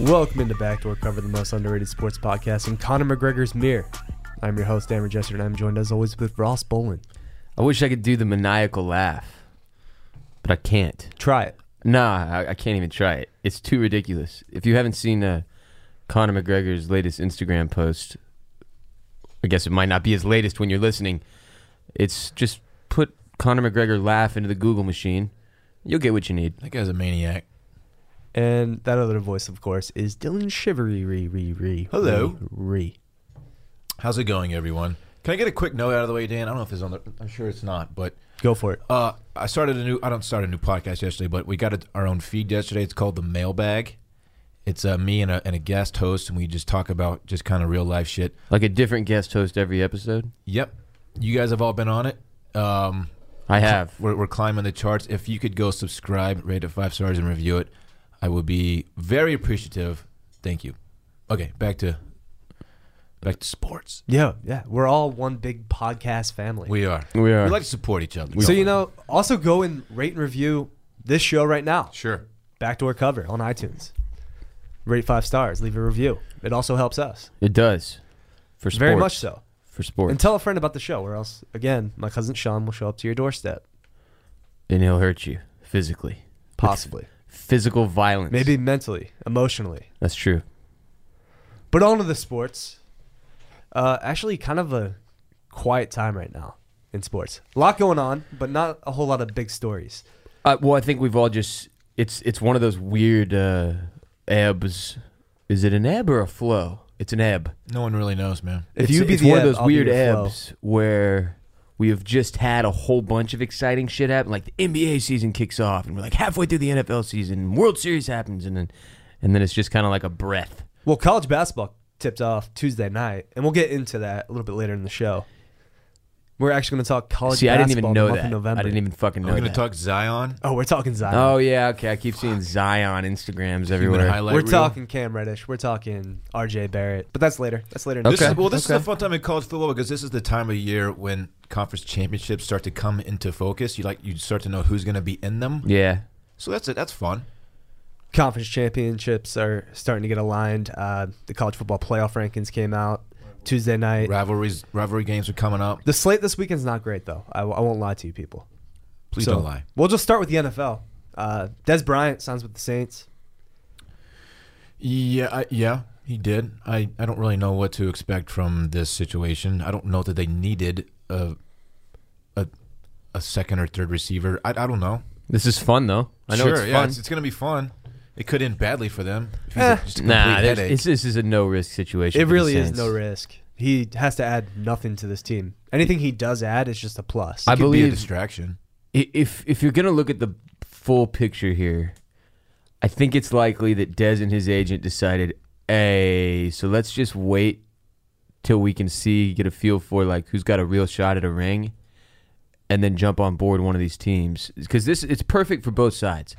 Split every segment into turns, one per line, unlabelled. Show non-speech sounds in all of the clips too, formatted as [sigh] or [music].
Welcome into Backdoor Cover, the most underrated sports podcast in Conor McGregor's mirror. I'm your host, Amber Jester, and I'm joined as always with Ross Bolin.
I wish I could do the maniacal laugh, but I can't.
Try it.
Nah, I, I can't even try it. It's too ridiculous. If you haven't seen uh, Conor McGregor's latest Instagram post, I guess it might not be his latest when you're listening. It's just put Conor McGregor laugh into the Google machine. You'll get what you need.
That guy's a maniac.
And that other voice, of course, is Dylan Shivery. Re, re, re.
Hello.
Re.
How's it going, everyone? Can I get a quick note out of the way, Dan? I don't know if it's on the. I'm sure it's not, but
Go for it.
uh, I started a new. I don't start a new podcast yesterday, but we got a, our own feed yesterday. It's called the Mailbag. It's uh, me and a, and a guest host, and we just talk about just kind of real life shit.
Like a different guest host every episode.
Yep, you guys have all been on it. Um,
I have.
We're, we're climbing the charts. If you could go subscribe, rate it five stars, and review it, I would be very appreciative. Thank you. Okay, back to back to sports.
Yeah, yeah. We're all one big podcast family.
We are.
We are.
We like to support each other.
so, you know, also go and rate and review this show right now.
Sure.
Backdoor Cover on iTunes. Rate five stars. Leave a review. It also helps us.
It does. For sports.
Very much so.
For sports.
And tell a friend about the show, or else, again, my cousin Sean will show up to your doorstep.
and he'll hurt you physically.
Possibly.
Physical
[laughs]
violence.
Maybe mentally, emotionally.
That's true.
But on to the sports. Uh, actually, kind of a quiet time right now in sports. A lot going on, but not a whole lot of big stories.
Uh, well, I think we've all just it's it's one of those weird uh, ebbs. Is it an ebb or a flow? It's an ebb.
No one really knows, man.
If
it's
you be
it's
the
one
ebb,
of those
I'll be
weird
your flow.
ebbs where we have just had a whole bunch of exciting shit happen. Like the NBA season kicks off, and we're like halfway through the NFL season. World Series happens, and then and then it's just kind of like a breath.
Well, college basketball tipped off Tuesday night, and we'll get into that a little bit later in the show. We're actually going to talk college
See, I
Oh, basketball
didn't even know
month of
that.
November.
I didn't even fucking know
We're going to
that.
talk Zion.
Oh, we're talking Zion.
oh yeah, okay. I keep seeing Zion Instagrams
Human
everywhere.
highlight
we're
reel.
talking Cam Reddish. We're talking R.J. Barrett. But that's later. That's later. In the
This
show.
is, well, this
okay.
is a fun time in college football because this is the time of year when conference championships start to come into focus. You like you start to know who's going to be in them.
Yeah,
So that's it. That's fun.
conference championships are starting to get aligned. Uh, the college football playoff rankings came out Tuesday night.
Rivalries, rivalry games are coming up.
The slate this weekend's not great, though. I, I won't lie to you, people.
Please
So,
don't lie.
We'll just start with the NFL. Uh, Des Bryant signs with the Saints.
Yeah, I, yeah, he did. I, I don't really know what to expect from this situation. I don't know that they needed a a, a second or third receiver. I, I don't know.
this is fun though. I know
sure,
it's fun.
yeah, it's, it's going to be fun. It could end badly for them. If he's
Eh.
a, just a
Nah,
complete
there's-
headache.
it's, this is a no risk situation.
It
for the
really is
Saints.
no risk. He has to add nothing to this team. Anything he does add is just a plus.
I
It could be a
believe
distraction.
i- if if you're gonna look at the full picture here, I think it's likely that Dez and his agent decided, hey, so let's just wait till we can see, get a feel for like who's got a real shot at a ring, and then jump on board one of these teams because this it's perfect for both sides.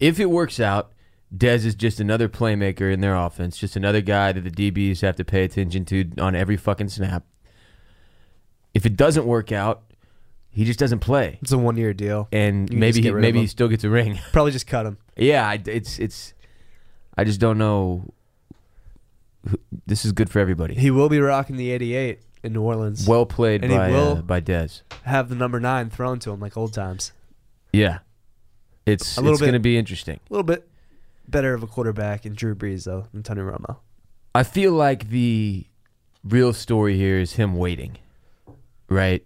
If it works out, Dez is just another playmaker in their offense, just another guy that the DBs have to pay attention to on every fucking snap. If it doesn't work out, he just doesn't play
it's a one year deal.
and
You can just
maybe
get
he,
rid of
maybe
him.
he still gets a ring. [laughs]
Probably just cut him.
yeah, I, it's it's. I just don't know. who- This is good for everybody.
He will be rocking the 88 in New Orleans.
Well played
And he
by
will-
uh, by Dez.
Have the number nine thrown to him like old times.
Yeah, it's
A little
it's going to
bit.
be interesting.
A little bit better of a quarterback in Drew Brees, though, than Tony Romo.
I feel like the real story here is him waiting, right?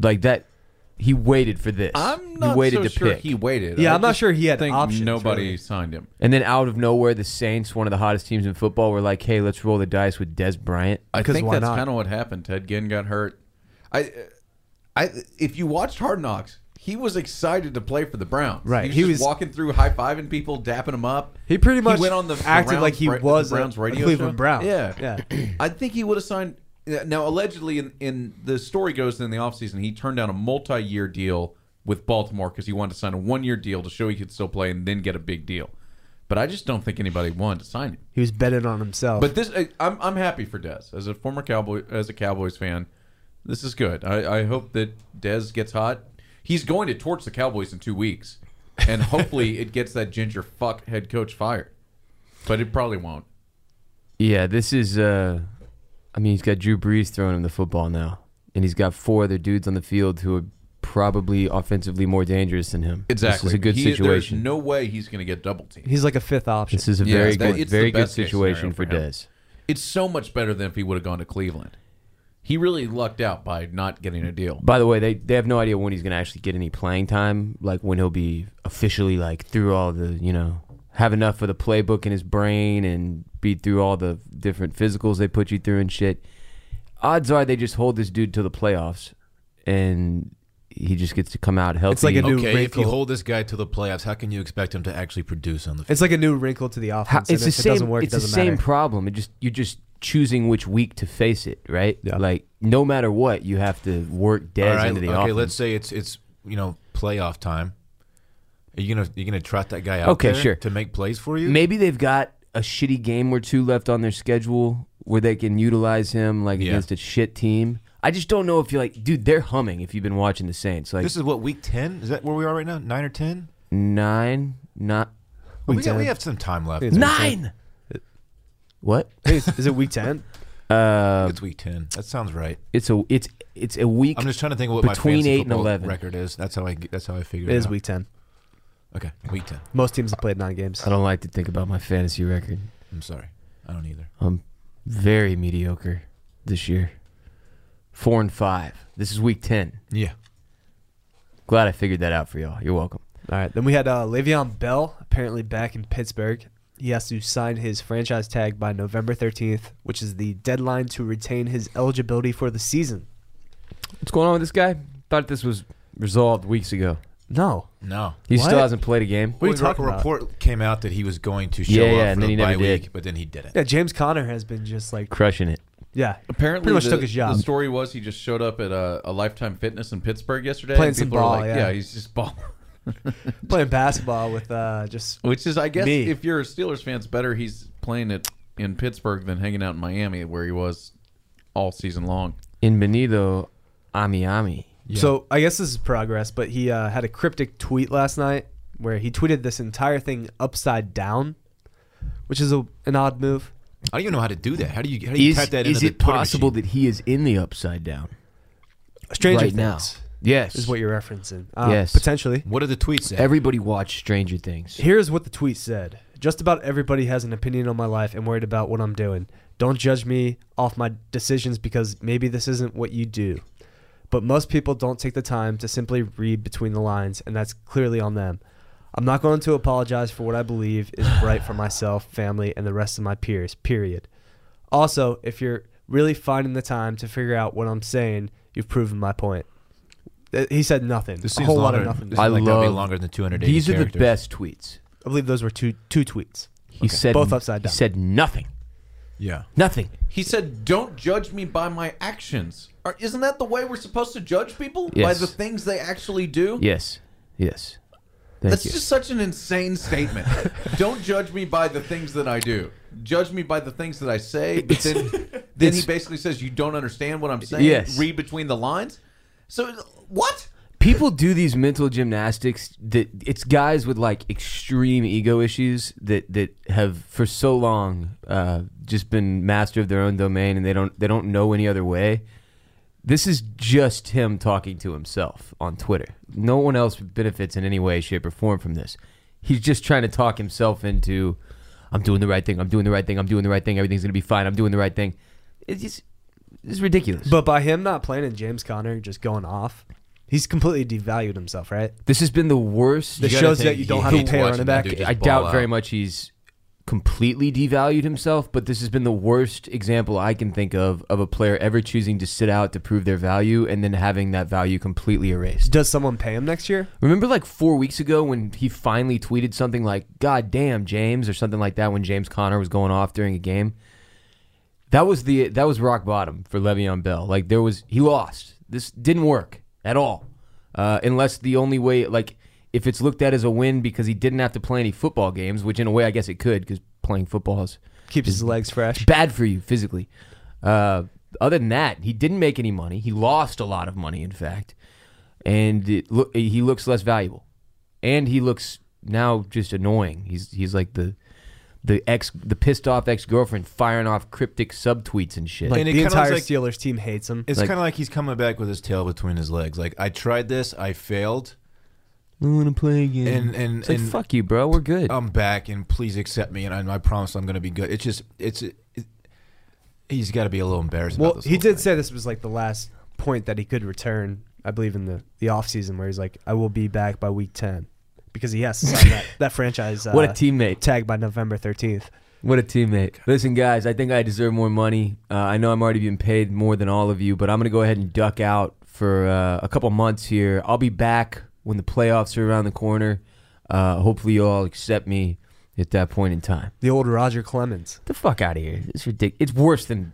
Like that, he waited for this.
I'm not
he waited
so
to
sure
pick.
he waited.
Yeah,
I
I'm not
just
sure he had
think
options,
Nobody
really.
signed him.
and then out of nowhere, the Saints, one of the hottest teams in football, were like, "Hey, let's roll the dice with Des Bryant."
I
Because
think
why
that's
not?
kind of what happened. Ted Ginn got hurt. I, I, if you watched Hard Knocks, he was excited to play for the Browns.
Right,
he was,
he
just
was-
walking through, high fiving people, dapping them up.
He pretty much
went on the the
acted
Browns
like he
ra- the
was a-
Browns
a
radio
Cleveland
show.
Brown.
Yeah,
Yeah.
I think he would have signed. Now, allegedly, in, in the story goes in the offseason, he turned down a multi-year deal with Baltimore because he wanted to sign a one-year deal to show he could still play and then get a big deal. But I just don't think anybody wanted to sign him.
He was betting on himself.
But this, I, I'm I'm happy for Dez as a former Cowboy as a Cowboys fan. This is good. I, I hope that Dez gets hot. He's going to torch the Cowboys in two weeks, and hopefully it gets that ginger fuck head coach fired. but it probably won't.
Yeah, this is. Uh, I mean, he's got Drew Brees throwing him the football now, and he's got four other dudes on the field who are probably offensively more dangerous than him.
Exactly.
this is a good
He-
situation.
There's no way he's going to get double teamed.
He's like a fifth option.
this is a
Yeah,
very
it's the-
good,
it's the
very good
best case
situation
scenario
for
for him.
Dez.
It's so much better than if he would have gone to Cleveland. He really lucked out by not getting a deal.
By the way, they they have no idea when he's going to actually get any playing time, like when he'll be officially like through all the, you know, have enough of the playbook in his brain and be through all the different physicals they put you through and shit. Odds are they just hold this dude till the playoffs and he just gets to come out healthy.
like a new-
okay, if you
wrinkle.
hold this guy to the playoffs, how can you expect him to actually produce on the field?
It's like a new wrinkle to the
How-
offense. and
it's the
if
same
it doesn't work,
it's
it doesn't
the same
matter.
problem. It just you're just choosing which week to face it, right?
Yeah.
Like no matter what, you have to work Dez
All right,
into the
okay,
offense.
let's say it's it's you know playoff time. Are you gonna you gonna trot that guy out?
Okay,
there
sure.
To make plays for you,
Maybe they've got a shitty game or two left on their schedule where they can utilize him like
Yeah.
against a shit team. I just don't know if you're like, dude, they're humming. If you've been watching the Saints, like
this is what week ten is that where we are right now? Nine or ten?
nine, not
We,
Week
got, we
10.
have some time left.
It's-
nine. What? [laughs]
Is, is it week ten?
Uh,
It's week ten. That sounds right.
it's a it's it's a week.
I'm just trying to think of what
Between
my fantasy
eight and
football
11.
record is. That's how I that's how I figured
It
it,
is
out.
week ten.
Okay, week ten.
Most teams have played nine games.
I don't like to think about my fantasy record.
I'm sorry, I don't either.
I'm very mediocre this year. Four and five. This is week ten.
Yeah,
Glad I figured that out for y'all. You're welcome.
All right. Then we had uh, Le'Veon Bell apparently back in Pittsburgh. He has to sign his franchise tag by November 13th, which is the deadline to retain his eligibility for the season.
What's going on with this guy? Thought this was resolved weeks ago.
No.
no.
He
What?
still hasn't played a game.
What are you
Well,
talking
a
about?
report came out that he was going to show
Yeah,
up
yeah,
for
and
the
then he
bye
never did.
week, but then he didn't.
Yeah, James Conner has been just like,
Crushing it.
yeah,
Apparently,
Pretty much
the,
took his job.
The story was he just showed up at a, a Lifetime Fitness in Pittsburgh yesterday.
Playing
and
some
people were
ball,
like,
yeah.
he's just ball. [laughs]
playing basketball with uh, just.
Which is, I guess,
Me.
if you're a Steelers fan, it's better he's playing it in Pittsburgh than hanging out in Miami, where he was all season long.
In Benito, Ami Ami.
Yeah.
So I guess this is progress, but he uh, had a cryptic tweet last night where he tweeted this entire thing upside down, which is a, an odd move.
I don't even know how to do that. How do you how do you
Is,
type that
is
into
it
the Twitter
possible
machine?
that he is in the upside down?
Stranger
Right
Things
now. Yes.
is what you're referencing. Uh,
Yes.
Potentially.
What did the tweet say?
Everybody watched Stranger Things.
Here's what the tweet said. Just about everybody has an opinion on my life and worried about what I'm doing. Don't judge me off my decisions because maybe this isn't what you do. But most people don't take the time to simply read between the lines, and that's clearly on them. I'm not going to apologize for what I believe
[sighs]
is right for myself, family, and the rest of my peers, period. Also, if you're really finding the time to figure out what I'm saying, you've proven my point. Uh, He said nothing.
This
a
seems
whole lot
longer,
of nothing.
This
I
seems like that'll be
love-
longer than 280
These are the
characters.
best tweets.
I believe those were two two tweets.
He said
Both upside down.
He said nothing.
Yeah.
Nothing.
He said, "Don't judge me by my actions." Are- Isn't that the way we're supposed to judge people by
Yes.
the things they actually do?
Yes. Yes. Thank
That's
you.
just such an insane statement. Don't judge me by the things that I do. Judge me by the things that I say. But then, then he
it's-
basically says, "You don't understand what I'm saying."
Yes.
Read between the lines. So what?
People do these mental gymnastics that it's guys with like extreme ego issues that that have for so long uh, just been master of their own domain and they don't they don't know any other way. This is just him talking to himself on Twitter. No one else benefits in any way, shape, or form from this. He's just trying to talk himself into I'm doing the right thing, I'm doing the right thing, I'm doing the right thing, everything's gonna be fine, I'm doing the right thing. It's just it's ridiculous.
But by him not playing and James Conner just going off, he's completely devalued himself, right?
this has been the worst
This
gotta
shows
think
that you
he
don't have to
hates
pay a
watching
running
that
back.
dude.
I
just
doubt
ball
very
out.
much he's completely devalued himself, but this has been the worst example I can think of of a player ever choosing to sit out to prove their value and then having that value completely erased.
Does someone pay him next year?
Remember like 4 weeks ago when he finally tweeted something like god damn James or something like that when James Conner was going off during a game? That was the that was rock bottom for Le'Veon Bell. Like there was he lost. This didn't work at all. Uh, unless the only way like if it's looked at as a win because he didn't have to play any football games, which in a way I guess it could because playing football is
Keeps his legs fresh.
bad for you physically. Uh, other than that, he didn't make any money. He lost a lot of money, in fact, and it look he looks less valuable, and he looks now just annoying. He's he's like the the ex, the pissed off ex girlfriend firing off cryptic subtweets and shit.
Like
And it
the
kinda
entire
looks
Steelers team hates him.
It's
Like-
kind of like he's coming back with his tail between his legs. Like I tried this, I failed,
I want to play again.
and and
it's like
and Oh,
fuck you, bro. We're good.
I'm back, and please accept me, and I, I promise I'm going to be good. It's just it's it, he's got to be a little embarrassed.
Well,
about this
he
whole
did
thing.
say this was like the last point that he could return, I believe, in the, the offseason where he's like, I will be back by week 10 because he has to
[laughs]
sign that, that franchise uh,
what a teammate.
tag by November 13th.
What a teammate. Listen, guys, I think I deserve more money. Uh, I know I'm already being paid more than all of you, but I'm going to go ahead and duck out for uh, a couple months here. I'll be back when the playoffs are around the corner. Uh, hopefully, you all accept me at that point in time.
The old Roger Clemens.
Get the fuck out of here. It's ridiculous. It's worse than.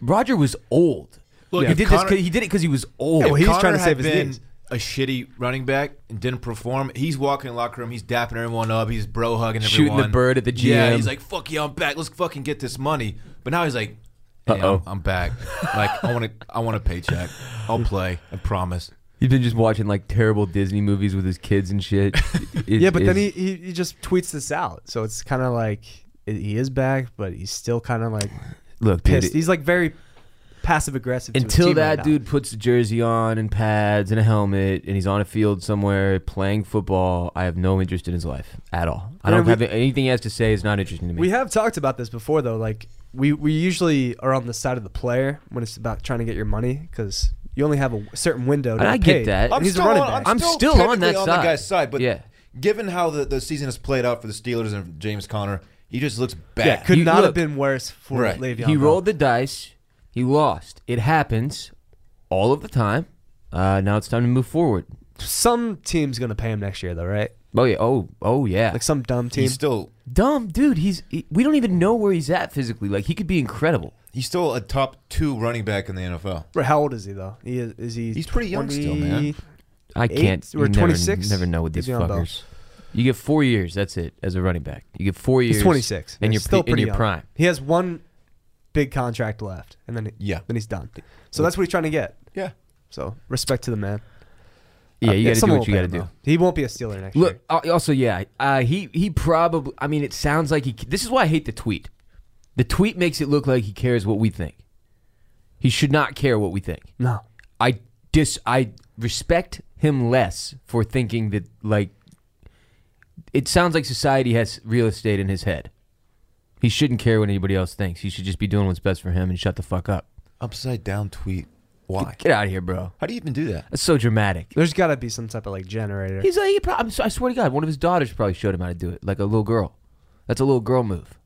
Roger was old.
Look,
he,
if
did
Connor-
this 'cause- he did it because he was old.
Yeah, well,
If
he's trying
Connor
to save
had
his
been
knees.
A shitty running back and didn't perform. He's walking in the locker room. He's dapping everyone up. He's bro hugging
Shooting the
everyone.
bird at the
Yeah,
gym.
he's like, "Fuck yeah, I'm back. Let's fucking get this money." But now he's like, hey, I'm-
Uh-oh.
I'm, back. like I want to. I want a paycheck. I'll play. I promise."
He's been just watching like terrible Disney movies with his kids and shit.
[laughs]
It-
yeah, but then
it's-
he, he, he just tweets this out. So it's kind of like i- he is back, but he's still kind of like
look, dude,
pissed.
it-
he's like very passive aggressive. to his
until
team right
that
now.
dude puts a jersey on and pads and a helmet and he's on a field somewhere playing football, I have no interest in his life at all. I
Yeah,
don't
we-
have anything he has to say is not interesting to me.
We have talked about this before, though. Like we, we usually are on the side of the player when it's about trying to get your money because you only have a certain window. To
And I
get
get
paid.
that.
And
I'm
he's a running back.
I'm still on
technically
that
on
side.
the guy's side, but
Yeah.
given how the, the season has played out for the Steelers and James Conner, he just looks bad.
yeah, could
You-
not
look.
have been worse for
Right.
Le'Veon.
he
Bell.
rolled the dice. He lost. It happens all of the time. Uh, now it's time to move forward.
Some team's gonna pay him next year, though, right?
Oh yeah. Oh oh yeah.
Like some dumb team.
he's still
Dumb dude. He's he, we don't even know where he's at physically. Like he could be incredible.
he's still a top two running back in the NFL.
Right, How old is he though? He is, is he?
He's pretty young still, man.
20?
I
Eight
can't.
or
you never-
26?
Never, know with these
Le'Veon Bell.
fuckers. You get four years. That's it as a running back. You get four years.
He's 26,
and
He's
you're
still
in
pretty
your
young.
prime.
He has one big contract left, and then
Yeah.
then he's done. So that's what he's trying to get.
Yeah.
So respect to the man.
Yeah,
Uh,
you got to do
someone
what
will
you
pay
got to
him,
do.
though. He won't be a Steeler next
Look,
year.
uh, also, yeah, uh, he he probably. I mean, it sounds like he. This is why I hate the tweet. The tweet makes it look like he cares what we think. He should not care what we think.
No.
I dis. I respect him less for thinking that. Like, it sounds like society has real estate in his head. He shouldn't care what anybody else thinks. He should just be doing what's best for him and shut the fuck up.
Upside down tweet. Why?
Get out of here, bro.
How do you even do that?
That's so dramatic.
There's got to be some type of like generator.
He's like, he prob- I'm so- I swear to God, one of his daughters probably showed him how to do it, like a little girl. That's a little girl [laughs] move.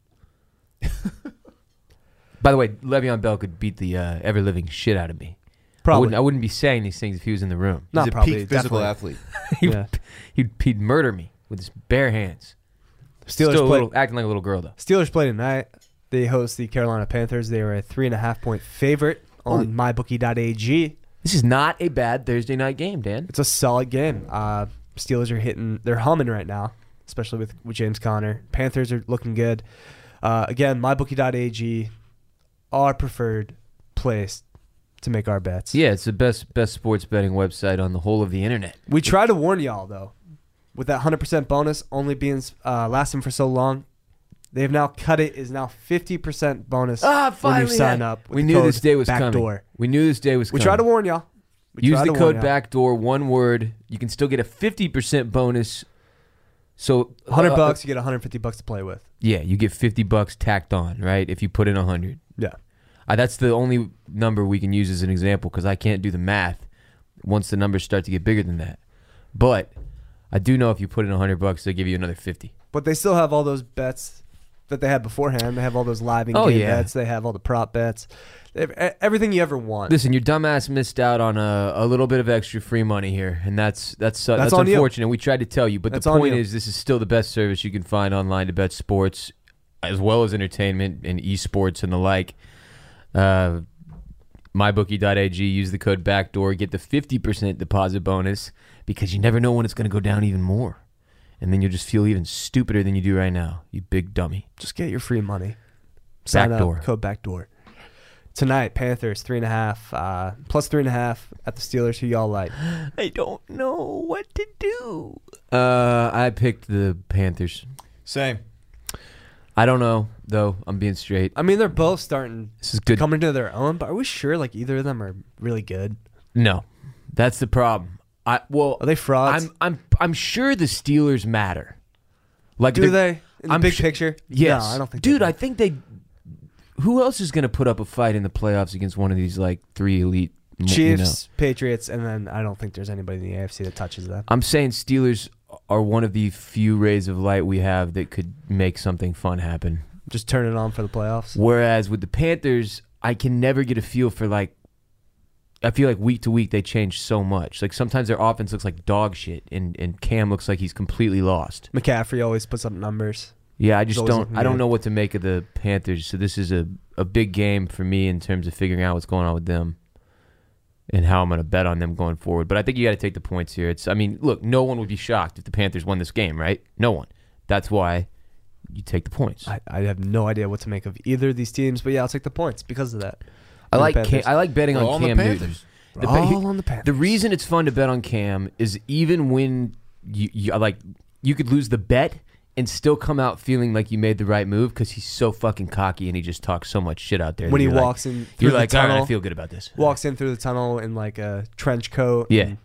By the way, Le'Veon Bell could beat the uh, ever living shit out of me. I
Probably
wouldn't, I wouldn't be saying these things if he was in the room.
Not
He's a
probably,
peak physical
definitely.
athlete.
[laughs] He
Yeah.
would, he'd, he'd murder me with his bare hands.
Steelers
Still a
play.
little, acting like a little girl though.
Steelers play tonight. They host the Carolina Panthers. They were a three and a half point favorite on mybookie.ag.
This is not a bad Thursday night game, Dan.
It's a solid game. Uh, Steelers are hitting, they're humming right now, especially with, with James Conner. Panthers are looking good. Uh, again, mybookie.ag, our preferred place to make our bets.
Yeah, it's the best best sports betting website on the whole of the internet.
We try to warn y'all though, with that hundred percent bonus only being uh, lasting for so long, they have now cut it. Is now fifty percent bonus
Ah,
when
finally!
you sign up. with
we
the
knew
code
this day was coming.
backdoor.
We knew this day was
We
coming.
try to warn y'all. We
Use
try
the
to warn
code
y'all.
backdoor one word. You can still get a fifty percent bonus. So
Hundred
uh,
bucks, you get one hundred fifty bucks to play with.
Yeah, you get fifty bucks tacked on, right? If you put in a hundred.
Yeah,
Uh, that's the only number we can use as an example because I can't do the math once the numbers start to get bigger than that. But I do know if you put in a hundred bucks, they'll give you another fifty.
but they still have all those bets that they had beforehand. They have all those live in game
Oh, yeah.
bets. They have all the prop bets. They have e- everything you ever want.
Listen, your dumbass missed out on a, a little bit of extra free money here, and that's that's uh,
That's
that's,
on you.
unfortunate. We tried to tell you, but
That's
the
on
point
you.
is, this is still the best service you can find online to bet sports, as well as entertainment and esports and the like. Uh, MyBookie.ag. Use the code Backdoor. Get the fifty percent deposit bonus because you never know when it's going to go down even more, and then you'll just feel even stupider than you do right now. You big dummy.
Just get your free money. Sign
Backdoor.
up. Code backdoor. Tonight, Panthers three and a half, uh, plus three and a half at the Steelers, who y'all like.
I don't know what to do. Uh, I picked the Panthers.
Same.
I don't know though. I'm being straight.
I mean, they're both starting
This is
to
good.
come into their own, but are we sure like either of them are really good?
No, that's the problem. I well,
Are they frauds?
I'm I'm I'm sure the Steelers matter. Like
Do
they're-
they? In the
I'm
big
su-
picture?
Yes,
No, I don't think they
Dude,
do.
I think they. Who else is going to put up a fight in the playoffs against one of these like three elite you know?
Chiefs, Patriots, and then I don't think there's anybody in the AFC that touches them.
I'm saying Steelers are one of the few rays of light we have that could make something fun happen.
Just turn it on for the playoffs.
Whereas with the Panthers, I can never get a feel for like. I feel like week to week they change so much. Like sometimes their offense looks like dog shit, and and Cam looks like he's completely lost.
McCaffrey always puts up numbers.
Yeah, I just
always
don't.
looking
I don't
good.
know what to make of the Panthers. So this is a a big game for me in terms of figuring out what's going on with them and how I'm going to bet on them going forward. But I think you got to take the points here. It's. I mean, look, no one would be shocked if the Panthers won this game, right? No one. That's why you take the points. I,
I, I have no idea what to make of either of these teams, but yeah, I'll take the points because of that. On the
like. Cam,
Panthers.
I like betting
We're
on
all
Cam
the
Newton.
Panthers.
The pa-
all on the Panthers.
The reason it's fun to bet on Cam is even when you, you like you could lose the bet and still come out feeling like you made the right move because he's so fucking cocky and he just talks so much shit out there.
when he
that you're like,
walks in through
you're
the
like, all
tunnel,
right,
[laughs]
I feel good about this.
walks in through the tunnel in like a trench coat,
Yeah.
and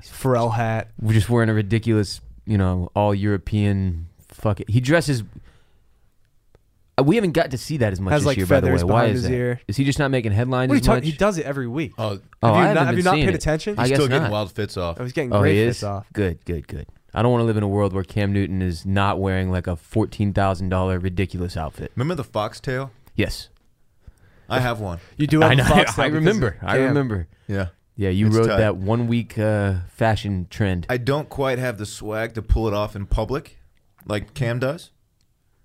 Pharrell hat.
We're just wearing a ridiculous, you know, all European. Fuck it. He dresses. Uh, We haven't got to see that as much
Has,
this
like,
year, by the way.
feathers
Why
behind
is
his
that?
ear.
Is he just not making headlines
What are you
as much?
talking? He does it every week.
Oh, he's
have
oh,
you
I
not,
haven't
have you
been
not
seeing
paid
it.
attention?
I guess
still getting
not.
wild fits off.
I was getting
Oh,
great
he
fits
is.
off.
Good, good, good. I don't want to live in a world where Cam Newton is not wearing like a fourteen thousand dollar ridiculous outfit.
Remember the foxtail?
yes,
I have one.
You do have
I, know,
a [laughs] fox.
[laughs] I
though, because
remember. I
Cam.
remember.
Yeah.
Yeah, you
It's
rode
tight.
that one week uh, fashion trend.
I don't quite have the swag to pull it off in public, like Cam does,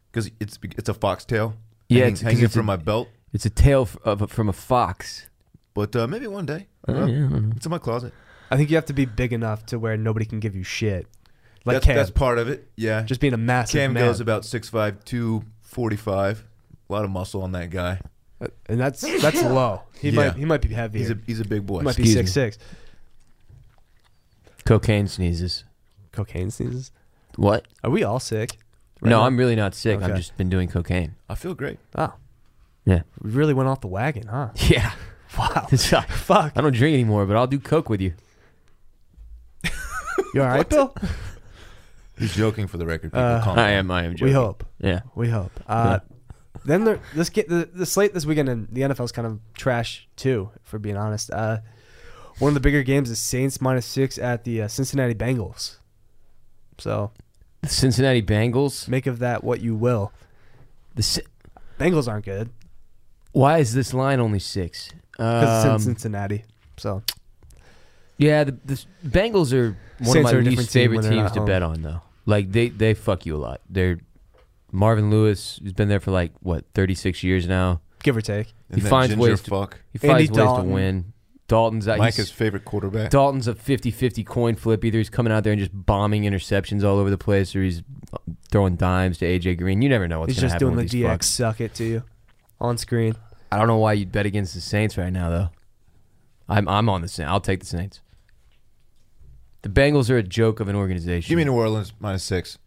because it's it's a foxtail.
Yeah,
hanging,
it's- 'cause
hanging
it's
from
a-
my belt.
it's a tail f- of a, from a fox.
But uh, maybe one day, I
Oh,
don't know.
yeah, I don't know.
it's in my closet.
I think you have to be big enough to where nobody can give you shit. Like
that's,
Cam,
that's part of it. Yeah,
just being a massive
Cam
man.
goes about 6'5", 245. A lot of muscle on that guy.
Uh, and that's
[laughs]
that's low. He
Yeah.
might he might be heavier.
He's a he's a big boy.
he might be
excuse me.
six six.
Cocaine sneezes.
Cocaine sneezes.
What?
Are we all sick?
no,
now?
I'm really not sick. I've
Okay.
just been
[laughs]
doing cocaine. [laughs]
I feel great.
Oh.
Yeah.
We really went off the wagon, huh?
Yeah.
Wow. [laughs]
It's- I
Fuck.
don't drink anymore, but I'll do coke with you.
You all right, Bill?
He's joking for the record. People
Uh,
Calm
I
down.
am. I am. Joking.
We hope.
Yeah.
We hope. Uh, Then there, this get the, the slate this weekend and the NFL's kind of trash too, if we're being honest. Uh, one of the bigger games is Saints minus six at the uh, Cincinnati Bengals. So
The Cincinnati Bengals.
make of that what you will.
The Ci-
Bengals aren't good
Why is this line only six?
because
Um,
it's in Cincinnati. So
Yeah, the, the Bengals are one
Saints
of
are
my
a different
least
team
favorite
when they're
teams
not
to
home.
bet on, though. Like they they fuck you a lot. They're Marvin Lewis has been there for like what thirty six years now.
give or take.
And
he
that
finds
ginger
ways to-
fuck.
He
Andy
finds ways
Dalton.
to win. Dalton's out.
Micah's
he's-
favorite quarterback.
Dalton's a 50-50 coin flip. Either he's coming out there and just bombing interceptions all over the place, or he's throwing dimes to AJ Green. You never know what's
He's
going
just
to happen
doing the
with these
DX
fucks.
suck it to you on screen.
I don't know why you'd bet against the Saints right now, though. I'm I'm on the Saints. I'll take the Saints. The Bengals are a joke of an organization.
Give me New Orleans minus six.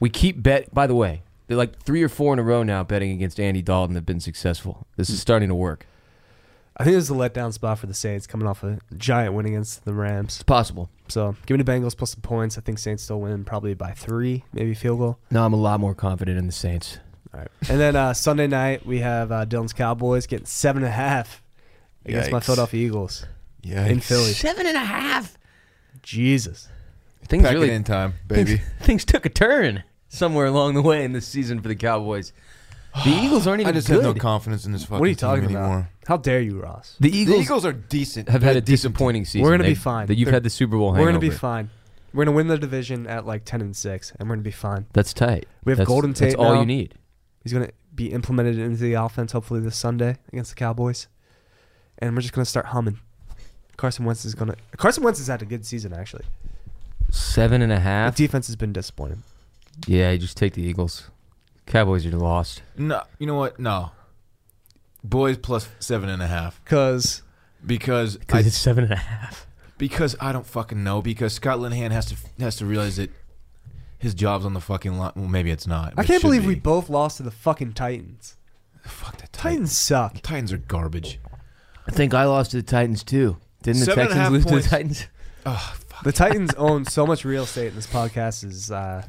We keep bet. By the way, they're like three or four in a row now betting against Andy Dalton. Have been successful. This is starting to work.
I think this is a letdown spot for the Saints coming off a giant win against the Rams.
It's possible.
So give me the Bengals plus the points. I think Saints still win probably by three, maybe field goal.
No, I'm a lot more confident in the Saints.
All right. And then uh, Sunday night we have uh, Dylan's Cowboys getting seven and a half against my
Yikes.
Philadelphia Eagles
Yeah,
in Philly.
Seven and a half.
Jesus.
Things
pack
really
it in time, baby.
things took a turn somewhere along the way in this season for the Cowboys. The Eagles aren't even
I just
good.
have no confidence in this fucking
What are you talking
team
about?
anymore.
How dare you, Ross?
the Eagles,
the Eagles are decent.
have had
They're
a disappointing season.
We're gonna be
They've-
fine.
That you've
They're-
had the Super Bowl.
We're gonna be
hangover.
fine. We're gonna win the division at like ten and six, and we're gonna be fine.
That's tight.
We have
that's,
Golden Tate
That's all
now.
you need.
He's gonna be implemented into the offense hopefully this Sunday against the Cowboys, and we're just gonna start humming. Carson Wentz is gonna. Carson Wentz has had a good season actually.
Seven and a
The
half.
defense has been disappointing.
yeah, you just take the Eagles. Cowboys are lost.
No, you know what? No, boys plus seven and a half
Cause
because
Because
I,
it's seven and a half.
because I don't fucking know because Scott Linehan has to has to realize that His job's on the fucking line. Well, maybe it's not.
I
but
can't
should
believe we
be.
both lost to the fucking Titans.
Fuck the Titans.
Titans suck.
Titans are garbage.
I think I lost to the Titans too. Didn't the
Seven and a
Texans
half
lose to
points.
the Titans?
Oh, fuck.
The [laughs] Titans own so much real estate in this podcast is uh,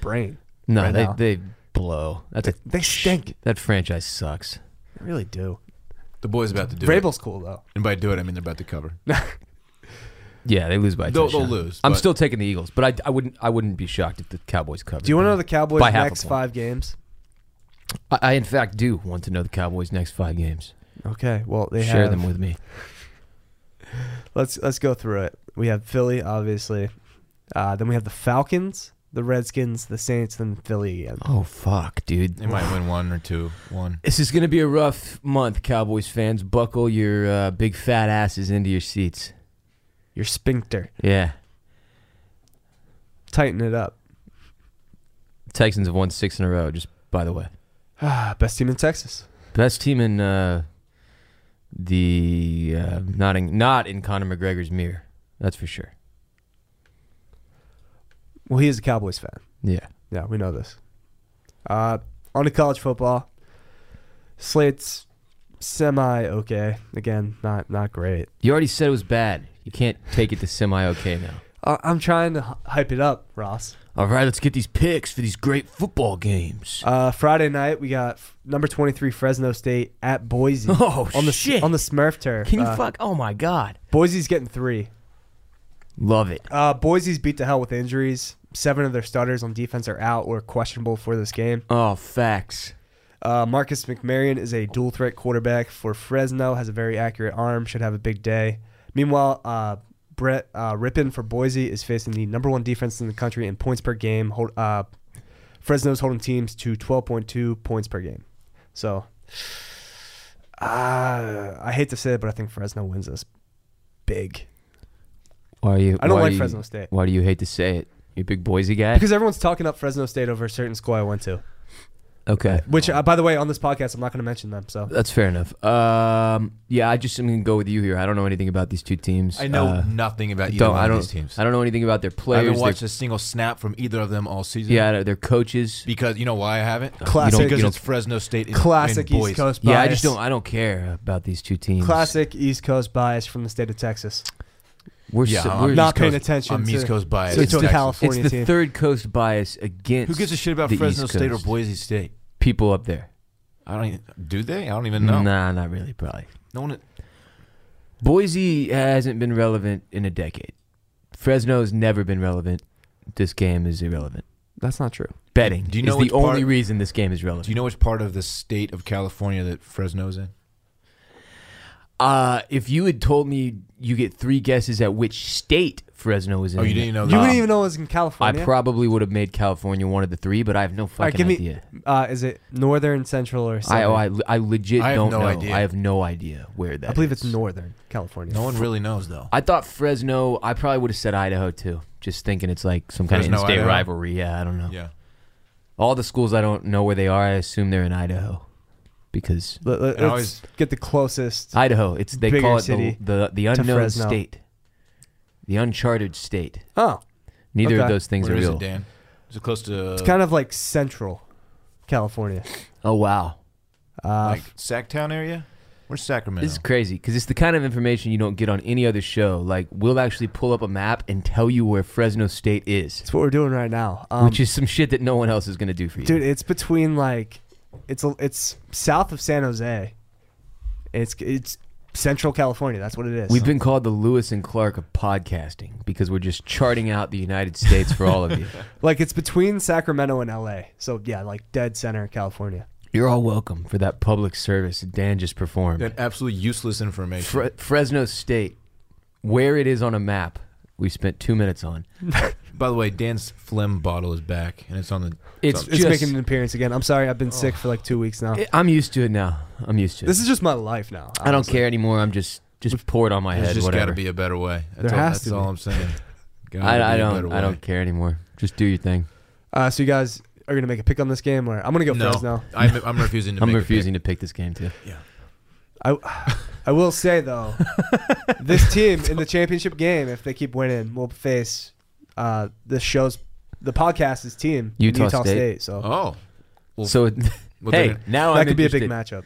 brain.
[laughs] No,
Right
they
now.
they blow. That's a
They stink.
that franchise sucks.
They really do.
The boy's about to do it.
Vrabel's cool though.
And by do it, I mean they're about to cover.
Yeah, they lose by. a
They'll- they'll
touchdown.
lose,
I'm
but-
still taking the Eagles, but I, I wouldn't I wouldn't be shocked if the Cowboys covered.
Do you want to know the Cowboys'
By half a
next
point.
five games?
I, I in fact do want to know the Cowboys' next five games.
Okay, well they
Share
have.
them with me.
Let's let's go through it. We have Philly, obviously. Uh, then we have the Falcons, the Redskins, the Saints, and Philly again.
Oh fuck, dude.
They might win one or two. One.
This is going to be a rough month, Cowboys fans. Buckle your uh, big fat asses into your seats.
Your sphincter,
Yeah.
tighten it up.
Texans have won six in a row, just by the way.
Ah, best team in Texas.
Best team in uh, the. Uh, not, in, not in Conor McGregor's mirror. That's for sure.
Well, he is a Cowboys fan.
Yeah.
Yeah, we know this. Uh, on to college football. Slate's semi okay. Again, not not great.
You already said it was bad. You can't take it to semi okay now.
I- Uh, I'm trying to hy- hype it up, Ross.
All right, let's get these picks for these great football games.
Uh, Friday night we got f- number 23 Fresno State at Boise
[laughs] [laughs] Oh,
on the
shit.
on the Smurf turf.
Can you
Uh,
fuck? Oh, my God.
Boise's getting three.
Love it.
Uh, Boise's beat to hell with injuries. Seven of their starters on defense are out or questionable for this game.
Oh, facts.
Uh, Marcus McMarion is a dual threat quarterback for Fresno, has a very accurate arm, should have a big day. Meanwhile, uh, Brett uh, Rippin for Boise is facing the number one defense in the country in points per game. Hold, uh, Fresno's holding teams to 12.2 points per game. So uh, I hate to say it, but I think Fresno wins this big.
Why are you?
I don't
why
like
do you-
Fresno State.
Why do you hate to say it? You big Boise guy.
Because everyone's talking up Fresno State over a certain school I went to,
okay,
which, uh, by the way, on this podcast, I'm not going to mention them. So
that's fair enough. Um, yeah, I just am gonna go with you here. I don't know anything about these two teams.
I know
Uh,
nothing about either
don't
one
I
of
don't
these teams.
I don't know anything about their
I haven't
players.
watched
their,
a single snap from either of them all season.
yeah, their- their coaches.
Because you know why I haven't?
Classic-
Because
you don't-
it's Fresno State. and-
classic
and Boise.
East Coast bias.
Yeah, I just don't. I don't care about these two teams.
Classic East Coast bias from the state of Texas.
We're,
Yeah,
so,
I'm
we're
not
just-
paying
Coast-
attention.
I'm
to,
East Coast bias.
to
It's
the
Texas.
California
It's the
team.
third coast bias against.
Who gives a shit about
the
Fresno
East
State or
Coast.
Boise State?
people up there?
I don't. Even, do they? I don't even know.
Nah, not really. Probably
No one.
Boise hasn't been relevant in a decade. Fresno's never been relevant. This game is irrelevant.
That's not true.
Betting
Do you
is
know
the
which part-
only reason this game is relevant.
Do you know which part of the state of California that Fresno's in?
Uh, if you had told me you get three guesses at which state Fresno was in,
Oh, you didn't know
You
that.
wouldn't even know it was in
I
California.
probably would have made California one of the three, but I have no fucking
All right, give me.
idea.
Uh, is it northern, central, or
I,
southern?
oh, I I legit
I have
don't
no
know.
idea.
I have no idea where that.
I believe it's
is.
northern California.
No one really knows though.
I thought Fresno. I probably would have said Idaho too, just thinking it's like some kind
Fresno,
of in-state
Idaho?
rivalry. Yeah, I don't know.
yeah.
All the schools I don't know where they are. I assume they're in Idaho because
Let, let,
And
us
I always-
get the closest.
Idaho. It's they
Bigger
call it the,
city
the the
to
unknown
Fresno.
state, the uncharted state.
oh,
Neither of
Okay.
those things
Where
are
is
real.
it, Dan? Is it close to
it's kind of like central California.
Oh wow,
Uh,
like Sacktown area? Where's Sacramento?
this is crazy because it's the kind of information you don't get on any other show. Like we'll actually pull up a map and tell you where Fresno State is,
it's what we're doing right now. Um,
which is some shit that no one else is gonna do for you.
dude, it's between like, it's a- it's south of San Jose. It's it's central California. That's what it is.
We've been called the Lewis and Clark of podcasting because we're just charting out the United States for
[laughs]
all of you.
Like it's between Sacramento and LA. So yeah, like dead center California.
You're all welcome for that public service that Dan just performed.
that absolutely useless information.
Fre- Fresno State, where it is on a map, we spent two minutes on.
By the way, Dan's phlegm bottle is back, and it's on the.
It's,
It's
just,
making an appearance again. I'm sorry, I've been sick for like two weeks now.
I- I'm used to it now. I'm used to it.
this is just my life now.
I don't
honestly.
care anymore. I'm just just pour it on my
There's
head.
just got
whatever.
to be a better way. That's
There
all,
has
that's
to be.
all
[laughs]
I'm saying. Gotta be
I, I
a
don't.
better
I
way.
don't care anymore. Just do your thing.
Uh, so you guys are gonna make a pick on this game, or I'm gonna go
No,
Fresno.
I'm, I'm refusing to.
I'm
make a pick.
refusing to pick this game too.
I I will say though,
[laughs]
this team in the championship game, if they keep winning, will face uh, this show's the podcast is team
Utah State.
so
Oh,
So
Well,
hey,
then-
now
that
I'm
could be a big
interested.
matchup.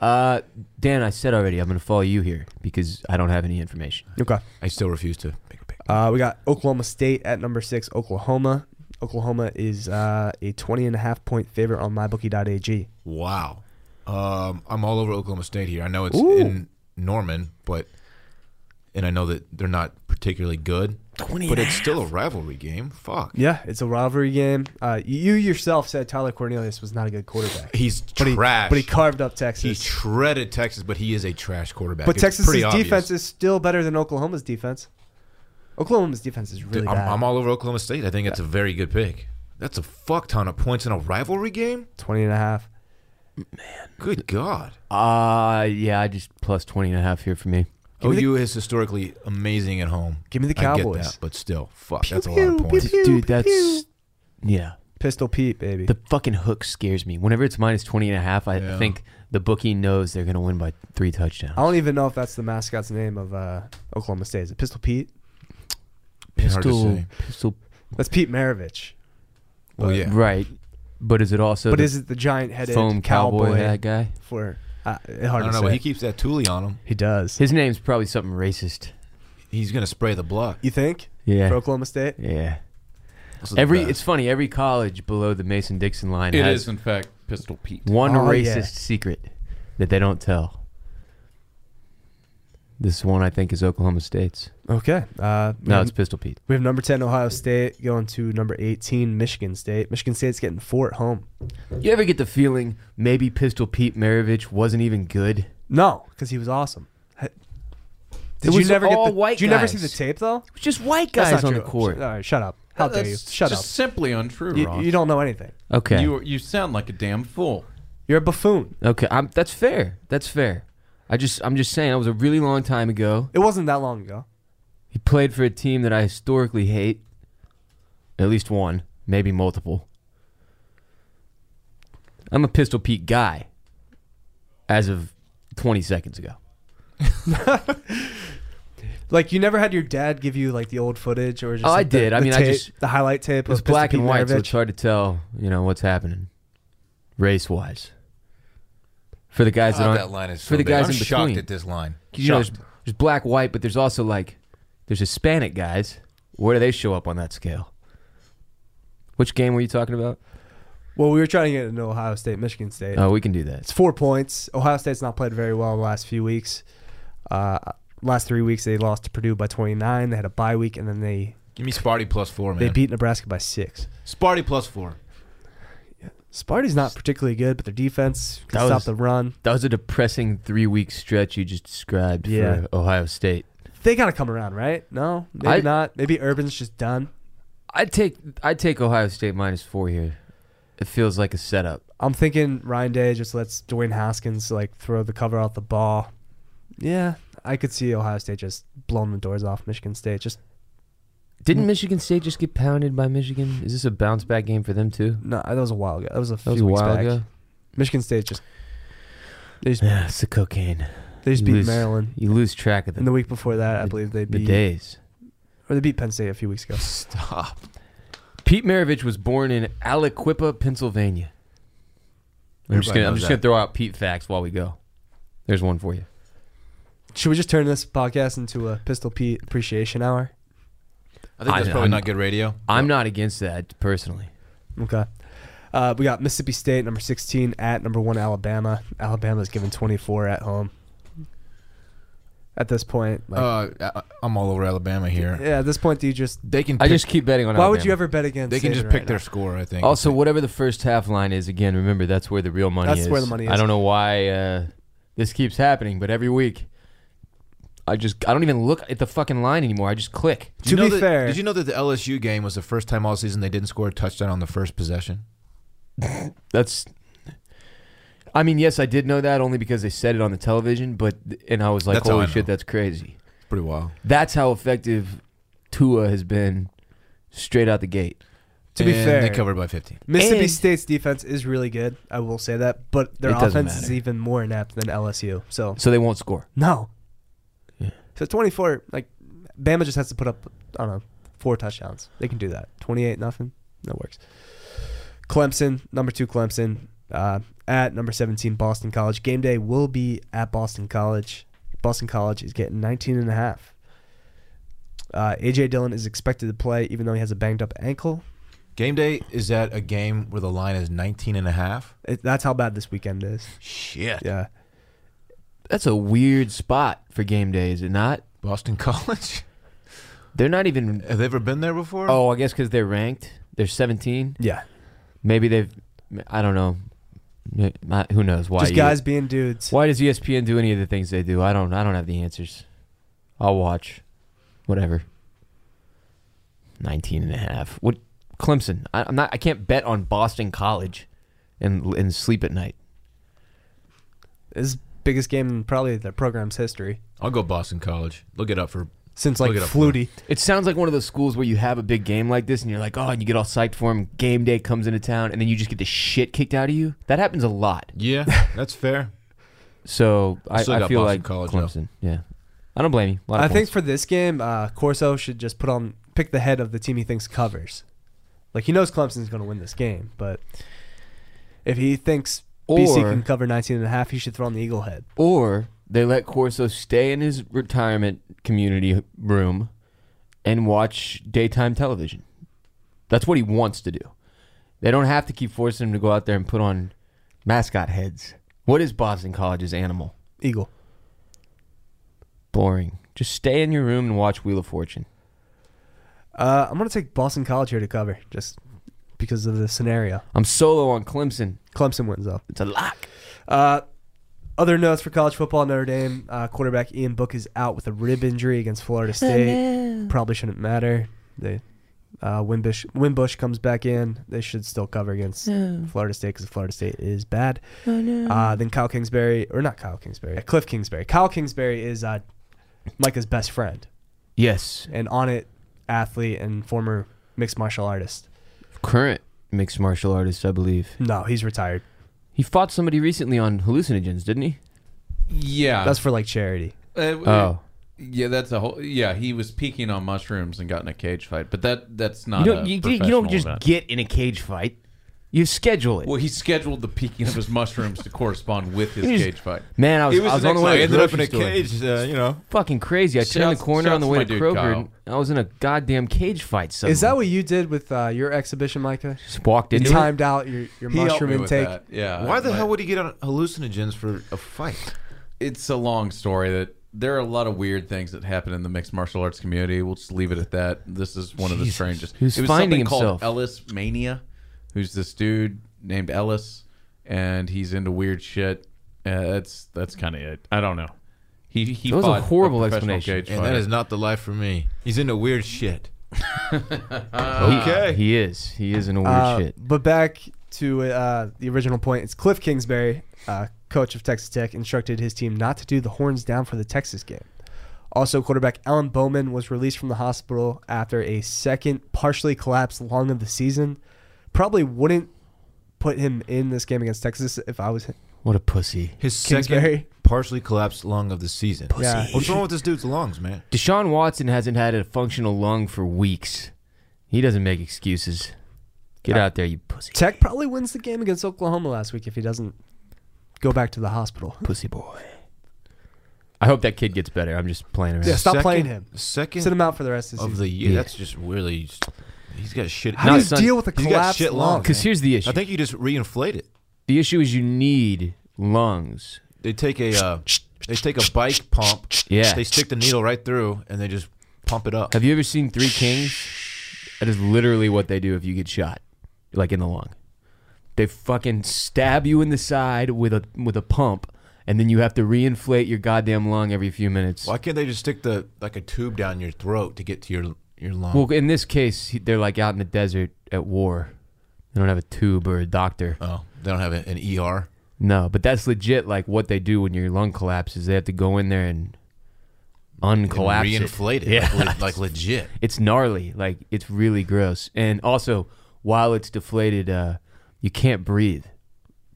Uh, Dan, I said already, I'm going to follow you here because I don't have any information.
Okay.
I still refuse to make a pick.
Uh, we got Oklahoma State at number six. Oklahoma. Oklahoma is uh, a 20 and a half point favorite on mybookie.ag.
Wow. Um, I'm all over Oklahoma State here. I know it's
Ooh.
in Norman, but and I know that they're not particularly good, but it's still a rivalry game. Fuck.
Yeah, it's a rivalry game. Uh, you yourself said Tyler Cornelius was not a good quarterback,
He's
but he
trash.
but he carved up
he
Texas.
shredded Texas, but he is a trash quarterback.
but
It's
Texas's
pretty obvious.
defense is still better than Oklahoma's defense. Oklahoma's defense is really
Dude,
bad.
I'm, I'm all over Oklahoma State. I think it's a very good pick. That's a fuck ton of points in a rivalry game.
20 and a half.
Good God.
Uh, yeah, I just plus 20 and a half here for me.
Give me the-
OU is historically amazing at home.
Give me the
I get
Cowboys.
that, but still, fuck,
Pew,
that's a lot of
pew,
points.
pew,
Dude, that's.
pew.
Yeah.
Pistol Pete, baby.
The fucking hook scares me. Whenever it's minus 20 and a half, I
Yeah.
think the bookie knows they're going to win by three touchdowns.
I don't even know if that's the mascot's name of uh, Oklahoma State. Is it Pistol Pete?
It's hard to
Pistol.
say.
Pistol.
That's Pete Maravich.
Well,
But-
yeah.
Right. But is it also
but
the
is it the giant headed
foam cowboy,
cowboy
that guy?
for? Uh, it's
I
hard
don't
to
know. but
say.
He keeps that Thule on him.
He does.
His name's probably something racist.
He's gonna spray the block.
You think
Yeah.
for Oklahoma State?
yeah.
Those are the
Every
best.
it's funny. Every college below the Mason Dixon line
It is,
has
in fact, Pistol Pete.
one
Oh,
racist
yeah.
secret that they don't tell. This one I think is Oklahoma State's.
Okay. Uh, we
No,
have-
it's Pistol Pete.
we have number ten Ohio State going to number eighteen Michigan State. Michigan State's getting four at home.
You ever get the feeling maybe Pistol Pete Maravich wasn't even good?
No, because he was awesome. Ha- Did
It
you
was
never
all
get the,
white
Did you never see the
guys.
tape though?
It was just white
That's
guys
not
on
true.
the court.
Sh- All right, shut up. How dare you?
That's
Shut
just simply untrue,
up. You,
Ross.
you don't know anything.
Okay.
You, you sound like a damn fool.
You're a buffoon.
okay. I'm, that's fair. That's fair. I just I'm just saying it was a really long time ago.
It wasn't that long ago.
He played for a team that I historically hate. At least one, maybe multiple. I'm a Pistol Pete guy as of 20 seconds ago.
Like you never had your dad give you like the old footage or just
Oh, I
like, the-
did. I
the
mean, I
tape,
just-
the highlight tape
It was
of Pistol
black and
Pete
white, so
Maravich?
it's hard to tell, you know, what's happening race wise. For the guys that
God,
aren't.
that line is
for the
so bad.
guys
I'm
in
shocked
between.
at this line.
'Cause, you know, there's,
Shocked.
there's black, white, but there's also like there's Hispanic guys. Where do they show up on that scale? Which game were you talking about?
Well, we were trying to get into Ohio State, Michigan State.
Oh, we can do that.
It's four points. Ohio State's not played very well in the last few weeks. Uh, last three weeks they lost to Purdue by 29. They had a bye week and then they
Give me Sparty plus four, man.
they beat Nebraska by six.
Sparty plus four.
Sparty's not particularly good, but their defense can
That
stop
was-
the run.
That was a depressing three week stretch you just described
Yeah.
for Ohio State.
They gotta come around, right? No, maybe
I-
not. Maybe Urban's just done.
I'd take I'd take Ohio State minus four here. It feels like a setup.
I'm thinking Ryan Day just lets Dwayne Haskins like throw the cover off the ball. Yeah, I could see Ohio State just blowing the doors off Michigan State. Just
Didn't Michigan State just get pounded by Michigan? Is this a bounce back game for them too?
no, that was a while ago. That was a
That
few
was a
weeks
while
back.
ago.
Michigan State just they just,
Yeah, it's the cocaine.
they just
You
beat
lose-
Maryland,
You lose track of the,
and the week before that, I
the-
believe they
the
beat
days.
or they beat Penn State a few weeks ago.
Stop.
Pete Maravich was born in Aliquippa, Pennsylvania. I'm just
Everybody
gonna, I'm
knows
just
that.
gonna throw out Pete facts while we go. There's one for you.
Should we just turn this podcast into a Pistol Pete appreciation hour?
I think
I
that's
know,
probably
I'm-
not good radio.
I'm not against that personally.
Okay. Uh, we got Mississippi State number 16 at number one Alabama. Alabama's given 24 at home. At this point, like,
Uh, I, I'm all over Alabama here.
yeah, at this point, do you just
They can.
I
pick-
just keep betting on.
why would you
Alabama.
ever bet against?
They can
Saban
just
right
pick their
now?
score. I think.
Also, whatever the first half line is, again, remember that's where the real money
That's
is.
where the money
I
is.
don't know why uh, this keeps happening, but every week, I just I don't even look at the fucking line anymore. I just click.
Did you
to
know
be
that-
fair-
did you know that the LSU game was the first time all season they didn't score a touchdown on the first possession?
That's. I mean, yes, I did know that only because they said it on the television, but and I was like,
That's how
holy
I
shit,
know.
that's crazy.
Pretty wild.
That's how effective Tua has been straight out the gate.
To be
And
fair,
they covered by 15.
Mississippi
And-
State's defense is really good. I will say that, but their
Eh. It doesn't
offense is
matter.
even more inept than LSU. So
So they won't score.
no.
Yeah.
So 24, like Bama just has to put up, I don't know, four touchdowns. They can do that. 28 nothing. that works. Clemson, number two Clemson, uh, at number 17 Boston College. Game day will be at Boston College. Boston College is getting 19 and a half. Uh, AJ Dillon is expected to play, even though he has a banged up ankle.
Game day is that a game where the line is 19 and a half?
It, that's how bad this weekend is.
Shit.
Yeah,
That's a weird spot for game day, is it not?
Boston [laughs] College?
They're not even.
Have they ever been there before?
Oh, I guess because they're ranked. They're 17.
yeah.
Maybe they've. I don't know. Not- who knows why? E
Just
you-
guys being dudes.
Why does E ESPN do any of the things they do? I don't. I don't have the answers. I'll watch. Whatever. 19 and a half. What? Clemson. I, I'm not. I can't bet on Boston College, and and sleep at night.
This is biggest game in probably their program's history
I'll go Boston College. Look it up for
since like
Look it up,
Flutie.
It sounds like one of those schools where you have a big game like this, and you're like, oh, and you get all psyched for him. Game day comes into town, and then you just get the shit kicked out of you. That happens a lot.
[laughs] Yeah, that's fair.
So I,
Still
I
got
feel
Boston
like
College, though.
Clemson. Yeah, I don't blame you. A lot
I
of
think
points.
for this game, uh, Corso should just put on pick the head of the team he thinks covers. Like he knows Clemson's going to win this game, but if he thinks BC
Or-
can cover 19 and a half, he should throw on the eagle head.
or they let Corso stay in his retirement community room and watch daytime television. That's what he wants to do. They don't have to keep forcing him to go out there and put on mascot heads. What is Boston College's animal?
Eagle.
Boring. Just stay in your room and watch Wheel of Fortune.
Uh, I'm going to take Boston College here to cover just because of the scenario.
I'm solo on Clemson.
Clemson wins though.
It's a lock.
Uh, other notes for college football: Notre Dame uh, quarterback Ian Book is out with a rib injury against Florida State. Probably shouldn't matter. They uh, Wimbush Wimbush comes back in. They should still cover against Florida State because Florida State is bad. uh, then Kyle Kingsbury or not Kyle Kingsbury, uh, Cliff Kingsbury. Kyle Kingsbury is uh, Micah's best friend,
Yes.
an on it athlete and former mixed martial artist.
Current mixed martial artist, I believe.
No, he's retired.
He fought somebody recently on hallucinogens, didn't he?
Yeah.
That's for like charity.
Uh,
Oh.
Yeah, that's a whole. Yeah, he was peeking on mushrooms and got in a cage fight, but that that's not.
You don't,
a
you, you
professional
don't just
event.
get in a cage fight. You schedule it.
Well, he scheduled the peeking of his mushrooms to correspond with his
He was-
cage fight.
Man, I was,
It was
I was
the
on the
I
next
way to
night.
the
ended up in
grocery
a
store.
cage, uh, you know.
Fucking crazy. I turned
Shouts-
the corner on the way
shouts
to
to my dude,
Kroger
Kyle.
and I was in a goddamn cage fight suddenly.
Is that what you did with uh, your exhibition, Micah?
Just walked
You
into it.
timed out your, your
He helped
mushroom
me with
intake.
that,
Uh,
Yeah.
Why the
but
hell would he get on hallucinogens for a fight?
It's a long story that there are a lot of weird things that happen in the mixed martial arts community. We'll just leave it at that. This is one of the
Jesus.
strangest.
He was
it was
finding
something
himself.
called Ellis Mania, who's this dude named Ellis, and he's into weird shit. Uh, that's that's kind of it. I don't know. He he
That was a
fought
horrible
professional
explanation.
cage
And that
fighter.
is not the life for me. He's into
[laughs]
weird shit.
He, he is. He is in a weird
Uh,
shit.
But back to uh, the original point, it's Cliff Kingsbury, uh, coach of Texas Tech, instructed his team not to do the horns down for the Texas game. Also, quarterback Alan Bowman was released from the hospital after a second partially collapsed lung of the season. Probably wouldn't put him in this game against Texas if I was him.
What a pussy.
His
Kingsbury?
second partially collapsed lung of the season.
Yeah.
What's wrong with this dude's lungs, man?
Deshaun Watson hasn't had a functional lung for weeks. He doesn't make excuses. Get out there, you pussy.
Tech probably wins the game against Oklahoma last week if he doesn't go back to the hospital.
Pussy boy. I hope that kid gets better. I'm just playing around.
Yeah, stop
Second-
playing him.
Second
Sit him out for the rest of the
of
season.
the year.
Yeah.
That's just really. He's got shit.
How
No,
do you
son,
deal with a
he's got
collapsed
shit
lung?
lungs.
Because here's the issue.
I think you just reinflate it.
the issue is you need lungs.
They take a uh, they take a bike pump.
Yeah.
They stick the needle right through and they just pump it up.
Have you ever seen Three Kings? That is literally what they do if you get shot, like in the lung. They fucking stab you in the side with a with a pump, and then you have to reinflate your goddamn lung every few minutes.
Why can't they just stick the like a tube down your throat to get to your your lung?
Well, in this case, he- they're like out in the desert at war. They don't have a tube or a doctor.
oh, they don't have a- an ER.
No, but that's legit. Like what they do when your lung collapses, they have to go in there and uncollapse it.
reinflate it.
Yeah.
Like, le- like legit.
it's gnarly. Like it's really gross. And also, while it's deflated, uh, you can't breathe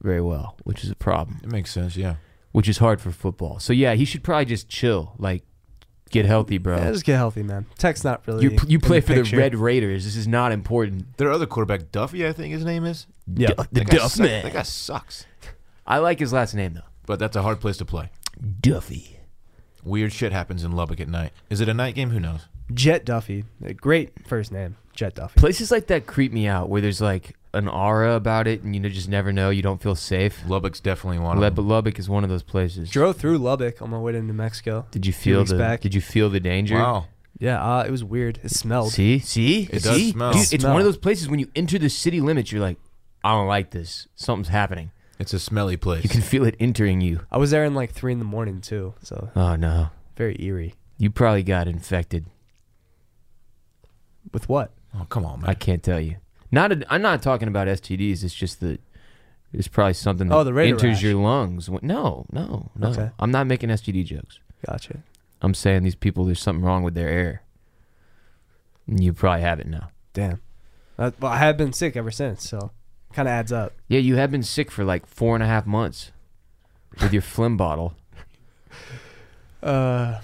very well, which is a problem.
It makes sense. Yeah.
Which is hard for football. So yeah, he should probably just chill. Like Get healthy, bro.
Yeah, just get healthy, man. Tech's not really.
you you
in
play for
picture.
the Red Raiders. This is not important.
Their other quarterback, Duffy, I think his name is.
Yeah.
Du- the
That guy
Duff
suck-
man.
Eh.
That guy sucks.
I like his last name though.
But that's a hard place to play.
Duffy.
Weird shit happens in Lubbock at night. Is it a night game? Who knows?
Jet Duffy. A Uh, great first name. Jet Duffy.
Places like that creep me out, where there's like an aura about it, and you know, just never know. You don't feel safe.
Lubbock's definitely one of
Lub-
them.
Lubbock is one of those places.
Drove through Lubbock on my way to New Mexico.
Did you
Few
feel
weeks
the?
back.
Did you feel the danger?
Wow.
Yeah, uh, it was weird. It smelled.
See, Oh, see,
It does
see,
smell.
Dude, it's
Smell.
one of those places when you enter the city limits, you're like, I don't like this. Something's happening.
It's a smelly place.
You can feel it entering you.
I was there in like three in the morning too, so
Oh no,
very eerie.
you probably got infected.
With what?
oh, come on, man.
I can't tell you. Not, a, I'm not talking about STDs. It's just that it's probably something that
Oh, the radar
enters
rash.
your lungs. Wh- No, no, no.
Okay.
I'm not making STD jokes.
Gotcha.
I'm saying these people, there's something wrong with their air. And You probably have it now.
Damn. Uh, well, I have been sick ever since, so kind of adds up.
Yeah, you have been sick for like four and a half months with your phlegm bottle.
Uh,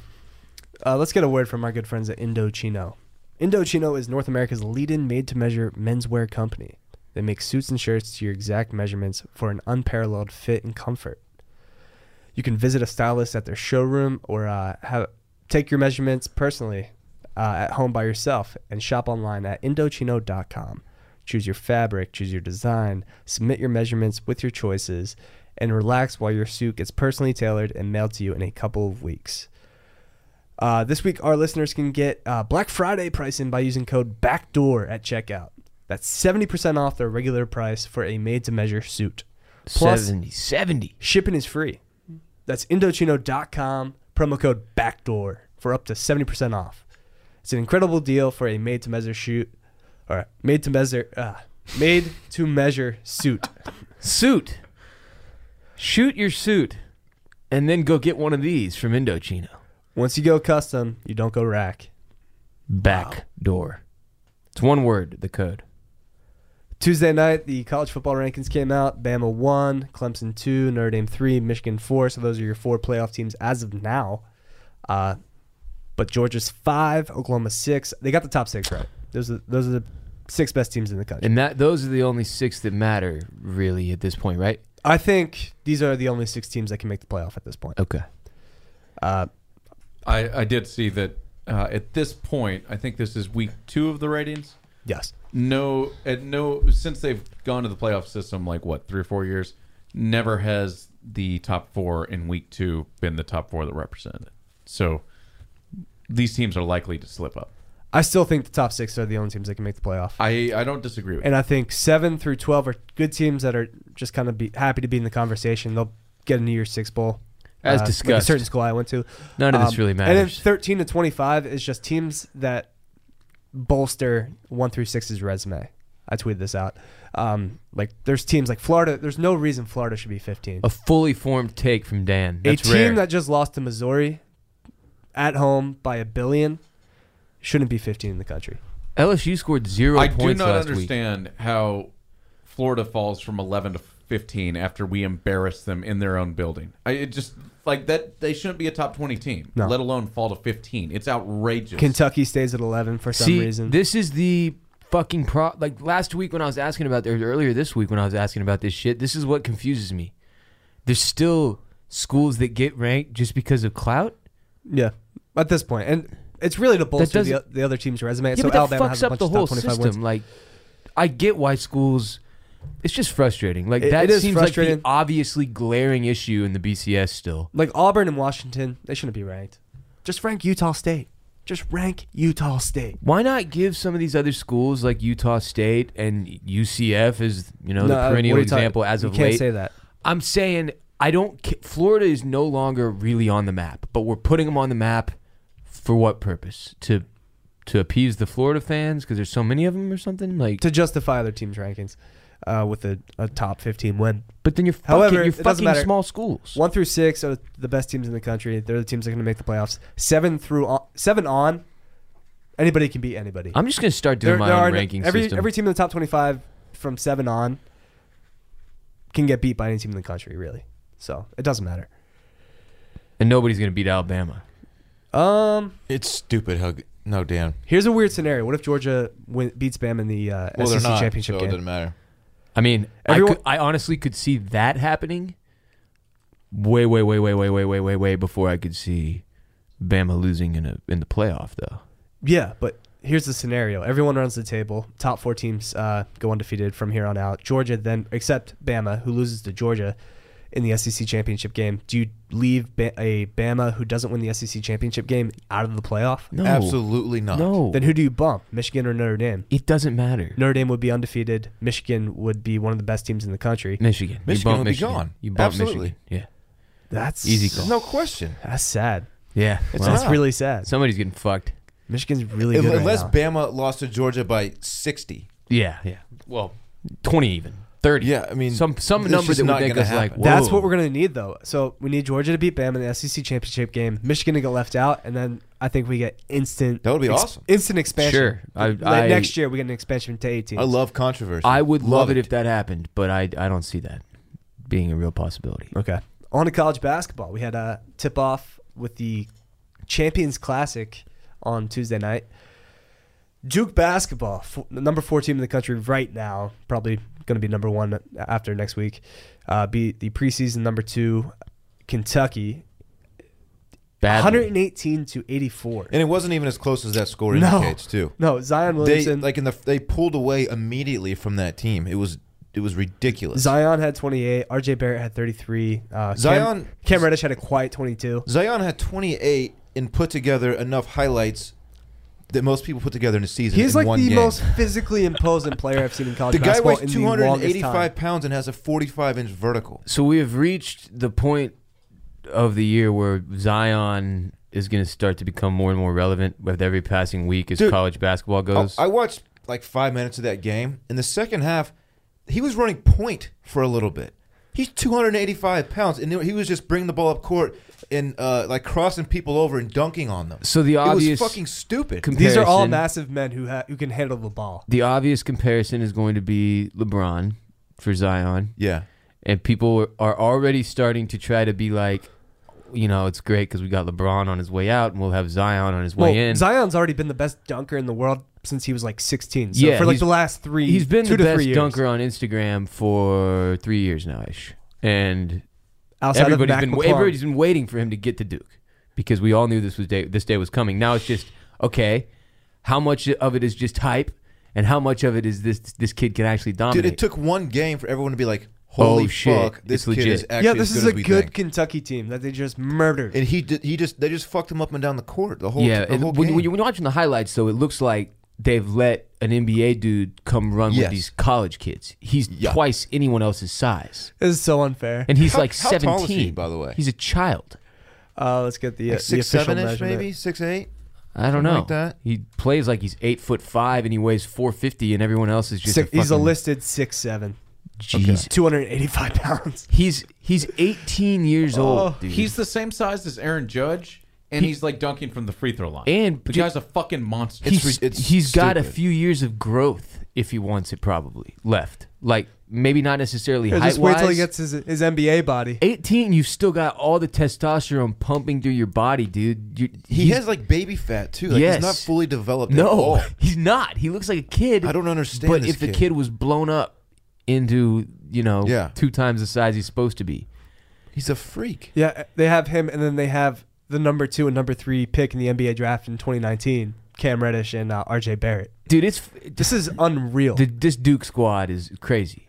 uh, let's get a word from our good friends at Indochino. Indochino is North America's leading made-to-measure menswear company. They make suits and shirts to your exact measurements for an unparalleled fit and comfort. You can visit a stylist at their showroom or uh, have, take your measurements personally uh, at home by yourself and shop online at Indochino.com. Choose your fabric, choose your design, submit your measurements with your choices, and relax while your suit gets personally tailored and mailed to you in a couple of weeks. Uh, this week, our listeners can get uh, Black Friday pricing by using code BACKDOOR at checkout. That's 70% off their regular price for a made to measure suit. Plus,
70, 70.
Shipping is free. That's Indochino.com, promo code BACKDOOR for up to 70% off. It's an incredible deal for a made to measure shoot or made to measure uh, made to measure suit.
Suit. Shoot your suit. And then go get one of these from Indochino.
Once you go custom, you don't go rack.
Back door. It's one word, the code.
Tuesday night, the college football rankings came out. Bama 1, Clemson 2, Notre Dame 3, Michigan 4. So those are your four playoff teams as of now. Uh, but Georgia's 5, Oklahoma 6. They got the top six right. Those are, those are the six best teams in the country.
And that those are the only six that matter really at this point, right?
I think these are the only six teams that can make the playoff at this point.
Okay.
Uh,
I, I did see that uh, at this point, I think this is week two of the ratings.
yes.
No, at no since they've gone to the playoff system, like what three or four years, never has the top four in week two been the top four that represented. So these teams are likely to slip up.
I still think the top six are the only teams that can make the playoff.
I I don't disagree with.
And I think seven through 12 are good teams that are just kind of be happy to be in the conversation. They'll get a New Year's Six Bowl. uh,
As
like
discussed.
a certain school I went to.
None of this
Um,
really
And then
matters.
13 to 25 is just teams that bolster 1 through 6's resume. I tweeted this out. Um, like, there's teams like Florida. There's no reason Florida should be 15.
a fully formed take from Dan.
a
That's
team
rare.
that just lost to Missouri at home by a billion shouldn't be 15 in the country.
LSU scored zero
I do
points
not
last week.
understand how Florida falls from 11 to 15 after we embarrass them in their own building. I it just like that they shouldn't be a top 20 team,
No.
let alone fall to 15. It's outrageous.
Kentucky stays at 11 for some
See,
reason.
this is the fucking pro. Like last week when I was asking about, or earlier this week when I was asking about this shit, this is what confuses me. There's still schools that get ranked just because of clout.
yeah, at this point. And it's really to bolster the,
doesn't-
the other team's resume.
yeah,
so
but that
Alabama
fucks
has a
up
bunch
the
of top
whole
25
system.
wins.
Like, I get why schools. It's just frustrating. Like
It-
that
it is
seems like the
frustrating.
obviously glaring issue in the BCS still.
Like Auburn and Washington, they shouldn't be ranked. Just rank Utah State. Just rank Utah State.
Why not give some of these other schools like Utah State and UCF as you know
No,
the
uh,
perennial
what are you talking-
example as
you
of
can't
late?
say that.
I'm saying I don't. ca- Florida is no longer really on the map, but we're putting them on the map for what purpose? To to appease the Florida fans because there's so many of them or something like.
To justify other teams' rankings uh, with a, a top 15 win.
but then you're
However,
fucking,
it
you're
doesn't
fucking
matter.
small schools.
One through six are the best teams in the country. They're the teams that are going to make the playoffs. Seven through on, seven on, anybody can beat anybody.
I'm just gonna start doing my own
no-
ranking
every
system.
every team in the top twenty-five from seven on can get beat by any team in the country, really. So it doesn't matter.
and nobody's gonna beat Alabama.
Um,
It's stupid how. g- No, Dan.
here's a weird scenario. What if Georgia win, beats Bam in the uh,
Well,
SEC
they're not.
championship
so it
game?
doesn't matter.
I mean, I,
Everyone-
could- I honestly could see that happening. Way, way, way, way, way, way, way, way, way before I could see Bama losing in a in the playoff though.
Yeah, but here's the scenario. Everyone runs the table. Top four teams uh, go undefeated from here on out. Georgia then, except Bama, who loses to Georgia in the SEC championship game. Do you leave ba- a Bama who doesn't win the SEC championship game out of the playoff?
No,
Absolutely not.
No,
Then who do you bump? Michigan or Notre Dame?
it doesn't matter.
Notre Dame would be undefeated. Michigan would be one of the best teams in the country.
Michigan,
Michigan
you bump
will be
Michigan.
gone.
You bump
Absolutely.
Michigan.
That's
Easy
There's
call.
no question.
That's sad.
Yeah, yeah.
It's
well,
That's
not.
really sad.
somebody's getting fucked.
Michigan's really good right
Unless
now.
Bama lost to Georgia by 60.
Yeah, yeah. Well, twenty even thirty.
Yeah, I mean,
some some
it's
number
just
that would
not
make
gonna
us like.
happen.
Whoa.
That's what we're gonna need though. So we need Georgia to beat Bama in the SEC championship game. Michigan to get left out, and then I think we get instant.
That would be awesome.
Instant expansion.
Sure. I-
Like,
I-
next year we get an expansion to 18.
I love controversy.
I would love, it,
if
if that happened, but I I don't see that being a real possibility.
okay. On to college basketball. We had a tip off with the Champions Classic on Tuesday night. Duke basketball, f- the number four team in the country right now, probably going to be number one after next week. Uh, beat the preseason number two, Kentucky,
Badly.
118 to 84.
And it wasn't even as close as that score
No.
indicates, too.
No, Zion
They
Williamson.
like in the they pulled away immediately from that team. It was it was ridiculous.
Zion had 28. RJ Barrett had 33. Uh,
Zion-
Cam, Cam Reddish had a quiet 22.
Zion had 28 and put together enough highlights that most people put together in a season.
He's
in
like
one
the
game.
most physically imposing player I've seen in college
The guy
basketball
weighs
in the longest
285
time.
pounds and has a 45 inch vertical.
So we have reached the point of the year where Zion is going to start to become more and more relevant with every passing week as
Dude,
college basketball
I,
goes.
I watched like five minutes of that game. In the second half, he was running point for a little bit. He's 285 pounds, and he was just bringing the ball up court and uh, like crossing people over and dunking on them.
so the obvious
it was fucking stupid.
These are all
comparison-
massive men who ha- who can handle the ball.
The obvious comparison is going to be LeBron for Zion,
yeah,
and people are already starting to try to be like, you know, it's great because we got LeBron on his way out, and we'll have Zion on his way
Well,
in.
Zion's already been the best dunker in the world since he was like 16. So
Yeah,
for like
he's-
the last three,
He's been
two
the
to
best
three years,
dunker on Instagram for three years now ish, and
outside of
everybody's
Mac
been
McClung.
everybody's been waiting for him to get to Duke because we all knew this was day this day was coming. Now it's just okay. How much of it is just hype, and how much of it is this this kid can actually dominate?
dude, it took one game for everyone to be like, "Holy
Oh, shit.
fuck, this
It's
kid
legit.
is actually
yeah, this
as
is
good
a
as we
good
think."
Kentucky team that they just murdered.
And he did, he just they just fucked him up and down the court the whole
yeah,
the
and
whole
when,
game.
when you- when you're watching the highlights, though, it looks like they've let an NBA dude come run with
Yes.
these college kids. He's
Yeah.
twice anyone else's size,
this is so unfair.
and he's
How-
like
how tall is
seventeen.
he, by the way?
he's a child.
Uh, let's get the, uh,
like
the
six
official
seven ish
measurement.
maybe six eight.
I don't know.
Something like that.
He plays like he's eight foot five, and he weighs four fifty, and everyone else is just
Six,
a
he's a
fucking-
listed six seven.
Jesus.
285 [laughs] pounds.
He's he's 18 years
Oh,
old, dude.
He's the same size as Aaron Judge, and he's like dunking from the free throw line.
And-
the guy's a fucking monster.
he's,
re- it's
he's got a
stupid.
few years of growth if he wants it, probably left. Like maybe not necessarily
Yeah,
height
just wait till he
wise.
gets his, his NBA body.
18, you've still got all the testosterone pumping through your body, dude. You,
He
he's-
has like baby fat too. Like
Yes.
he's not fully developed. at
no,
all.
[laughs] he's not. He looks like a kid.
I don't understand.
But
this
if the kid was blown up into you know
Yeah.
two times the size he's supposed to be,
he's a freak.
Yeah, they have him, and then they have the number two and number three pick in the NBA draft in 2019, Cam Reddish and uh, RJ Barrett.
dude, it's
This
[laughs]
is unreal.
The, this Duke squad is crazy.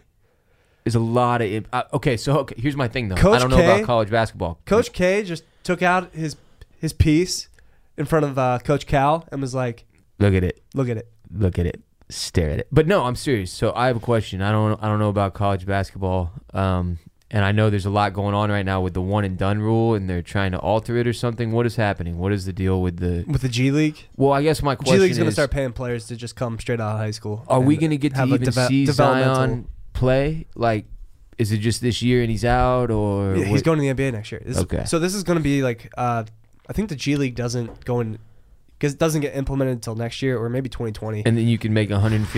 There's a lot of imp- uh, okay. So okay, here's my thing though. I
Coach
don't know
K-
about college basketball.
Coach K just took out his his piece in front of uh, Coach Cal and was like,
look at it.
"Look at it."
Look at it. Stare at it. But no, I'm serious. So I have a question. I don't. I don't know about college basketball. Um, and I know there's a lot going on right now with the one and done rule, and they're trying to alter it or something. What is happening? What is the deal with the?
With the G League,
Well, I guess my
G
question
League's
is:
going to start paying players to just come straight out of high school.
Are we
and
going to get to
have a
even
deve-
see
developmental-
Zion play? Like, is it just this year and he's out, or
Yeah, he's
what-
going to the NBA next year. This,
Uh, Okay.
So this is going to be like, uh, I think the G League doesn't go in because it doesn't get implemented until next year or maybe 2020.
And then you can make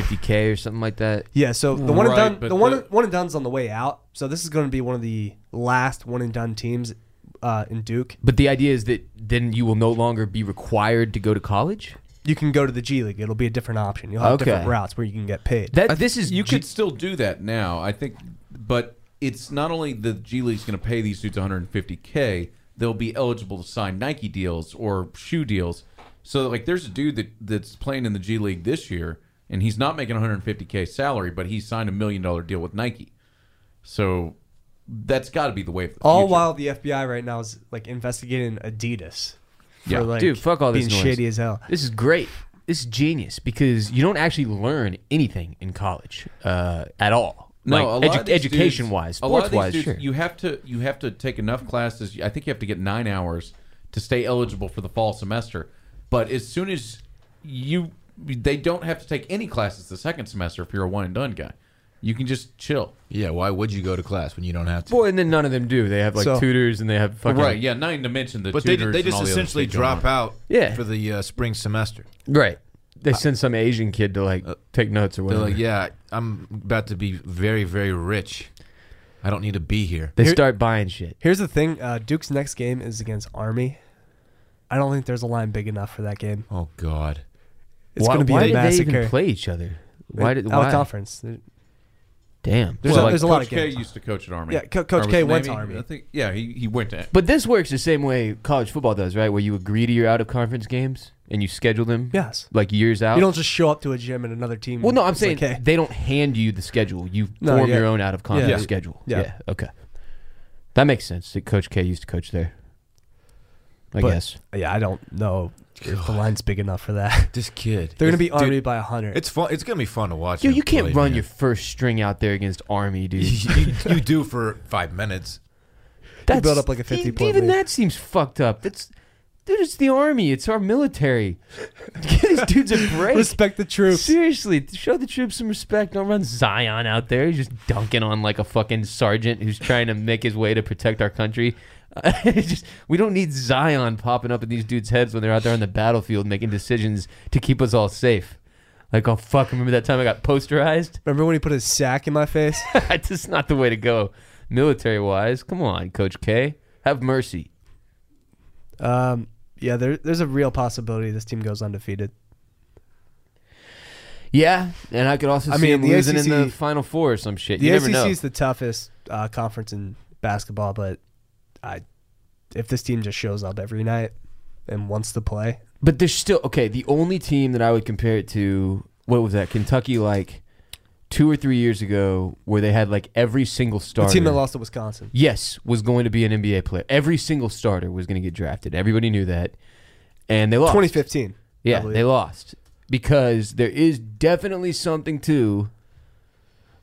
150k or something like that.
yeah. So the one
Right,
and done,
but
the one
the-
one and done's on the way out. So this is going to be one of the last one and done teams. uh, in Duke.
But the idea is that then you will no longer be required to go to college.
You can go to the G League. It'll be a different option. You'll have different
Okay.
routes where you can get paid.
That
I-
this is
you
G-
could still do that now, I think, but it's not only the G League's going to pay these dudes 150k; they'll be eligible to sign Nike deals or shoe deals. So, like, there's a dude that that's playing in the G League this year, and he's not making 150k salary, but he signed a million dollar deal with Nike. So, that's got to be the way. Of the
all
future.
while the FBI right now is like investigating Adidas. For,
Yeah.
like,
Dude, fuck all this
being
noise.
shady as hell.
This is great. This is genius because you don't actually learn anything in college uh, at all.
No, a lot of these
education
dudes-
wise,
a lot
sports
of
wise,
these
sure.
dudes, You have to you have to take enough classes. I think you have to get nine hours to stay eligible for the fall semester. But as soon as you, they don't have to take any classes the second semester if you're a one and done guy. You can just chill.
Yeah, why would you go to class when you don't have to?
Well, and then none of them do. They have like
So-
tutors and they have fucking
Right? Yeah. Not even to mention the
But they,
tutors
they
and
just
all the other
essentially
shit going
drop
on.
out
Yeah.
for the uh, spring semester.
Right. They send some Asian kid to like take notes or
They're
whatever.
like, yeah, I'm about to be very, very rich. I don't need to be here.
They
Here-
start buying shit.
Here's the thing: uh, Duke's next game is against Army. I don't think there's a line big enough for that game.
Oh, God.
It's
why
going to be
why
a
did
massacre.
they even play each other? Why did
out
why?
of conference?
Damn.
There's a-
Well, like-
there's a lot
Coach
of
K
games.
used to coach at Army.
Yeah, Co- Coach
Or was
K
it
went to
Navy?
Army.
I think, yeah, he, he went [laughs] to.
but this works the same way college football does, right? Where you agree to your out of conference games and you schedule them
Yes.
like years out.
You don't just show up to a gym and another team.
Well, no, I'm
is
saying
like, hey.
they don't hand you the schedule. You
No,
form
yeah.
your own out of conference
Yeah.
schedule.
Yeah.
Yeah. Okay. That makes sense. That Coach K used to coach there. I
But-
guess.
yeah, I don't know if
[sighs]
the line's big enough for that. [laughs]
This kid.
They're going to
It's-
be
dude,
Army by 100.
It's fun. It's going to be fun to watch.
Yo,
him
you can't
play,
run
man.
your first string out there against
[laughs]
[laughs]
Army, dude.
you, you do for five minutes.
You build up like a 50
e-
point
Even
lead.
that seems fucked up. That's dude, it's the army. It's our military. [laughs] Give these dudes a
[laughs]
break.
Respect the troops.
Seriously, show the troops some respect. Don't run Zion out there. He's just dunking on like a fucking sergeant who's trying to make his way to protect our country. [laughs] It's just, we don't need Zion popping up in these dudes' heads when they're out there on the battlefield making decisions to keep us all safe. Like, oh fuck, remember that time I got posterized? [laughs]
Remember when he put his sack in my face?
That's just not the way to go, military wise. Come on, Coach K, have mercy.
um, yeah, there, there's a real possibility this team goes undefeated.
Yeah, and I could also
I
see
mean,
him
the
losing in
ACC
the Final Four or some shit.
The
you
ACC
never know.
is the toughest uh, conference in basketball, but I, if this team just shows up every night and wants to play,
But there's still okay. The only team that I would compare it to, what was that? Kentucky, like two or three years ago, where they had like every single starter.
the team that lost to Wisconsin.
yes, was going to be an NBA player. Every single starter was going to get drafted. Everybody knew that, and they lost.
2015. I
Yeah,
believe.
they lost because there is definitely something to.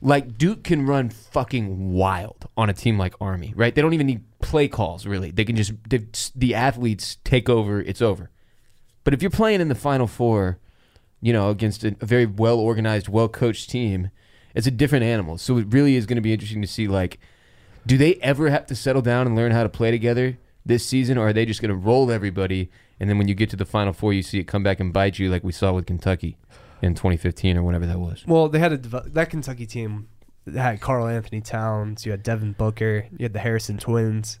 Like Duke can run fucking wild on a team like Army, right? They don't even need play calls really. They can just the, the athletes take over. It's over. But if you're playing in the Final Four, you know against a, a very well organized, well coached team, it's a different animal. So it really is going to be interesting to see like, do they ever have to settle down and learn how to play together this season, or are they just going to roll everybody? And then when you get to the Final Four, you see it come back and bite you, like we saw with Kentucky in 2015 or whenever that was.
Well, they had a dev- that Kentucky team had Carl Anthony Towns. You had Devin Booker. You had the Harrison twins.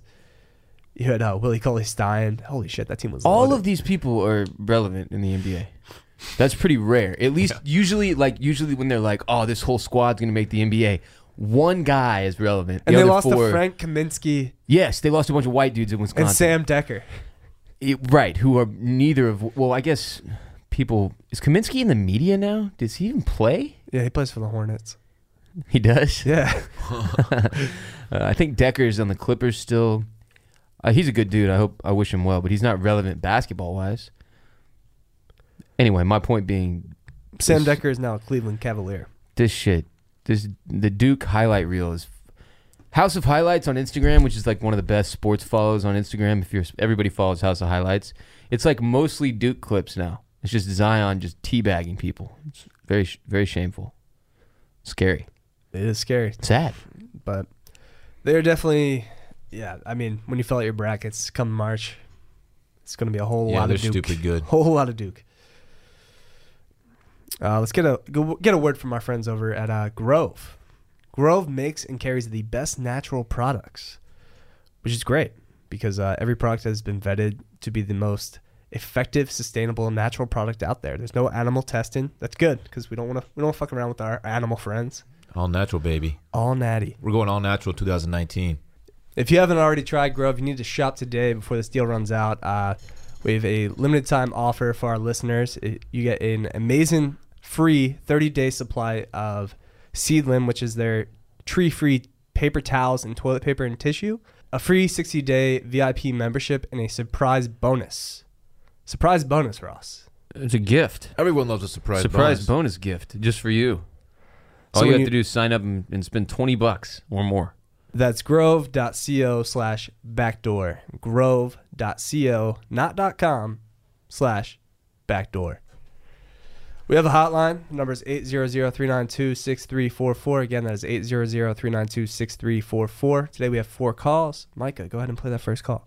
You had uh, Willie Cauley Stein. Holy shit, that team was
All
loaded.
of these people are relevant in the NBA. That's pretty rare. At least usually, like usually when they're like, "Oh, this whole squad's going to make the NBA," one guy is relevant. The
and they
other
lost
four-
to Frank Kaminsky
Yes, they lost a bunch of white dudes in Wisconsin.
and Sam Decker.
It- right, who are neither of. Well, I guess people is Kaminsky in the media now? Does he even play?
Yeah, he plays for the Hornets.
He does. [laughs]
Yeah,
uh, I think Decker's on the Clippers still. Uh, he's a good dude. I hope I wish him well, but he's not relevant basketball wise. Anyway, my point being,
Sam
Yes.
Decker is now a Cleveland Cavalier.
this shit, this the Duke highlight reel is House of Highlights on Instagram, which is like one of the best sports follows on Instagram. If you're everybody follows House of Highlights, it's like mostly Duke clips now. It's just Zion just teabagging people. It's very sh- very shameful, scary,
It is scary,
sad.
but they're definitely. Yeah, I mean, when you fill out your brackets come March, it's going to be a whole
yeah,
lot
they're
of Duke.
stupid good.
[laughs] Whole lot of Duke. Uh, let's get a go- get a word from our friends over at uh, Grove. Grove makes and carries the best natural products, which is great because uh, every product has been vetted to be the most effective, sustainable, and natural product out there. There's no animal testing. That's good because we don't want to we don't fuck around with our animal friends.
All natural, baby.
All natty.
We're going all natural 2019.
If you haven't already tried Grove, you need to shop today before this deal runs out. Uh, we have a limited time offer for our listeners. It- you get an amazing free 30 day supply of Seedlim, which is their tree free paper towels and toilet paper and tissue, a free 60 day VIP membership, and a surprise bonus. Surprise bonus, Ross.
It's a gift.
Everyone loves a surprise.
Surprise
bonus.
bonus gift just for you.
So
All you
when
have
you-
to do is sign up and, and spend 20 bucks or more.
That's grove.co slash backdoor. Grove.co, not .com, slash backdoor. We have a hotline. The number is 800-392-6344. Again, that is 800-392-6344. Today we have four calls. Micah, go ahead and play that first call.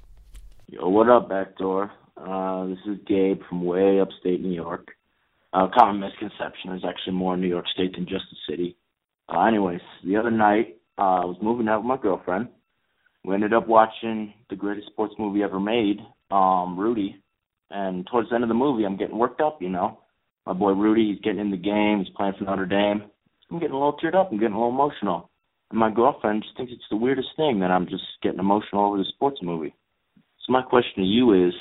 Yo, what up, Backdoor? Uh, this is Gabe from way upstate New York. uh, common misconception is actually more New York State than just the city. Uh, anyways, the other night uh, I was moving out with my girlfriend. We ended up watching the greatest sports movie ever made, um, Rudy. And towards the end of the movie, I'm getting worked up, you know. My boy Rudy, he's getting in the game. He's playing for Notre Dame. I'm getting a little teared up. I'm getting a little emotional. And my girlfriend just thinks it's the weirdest thing that I'm just getting emotional over the sports movie. So my question to you is,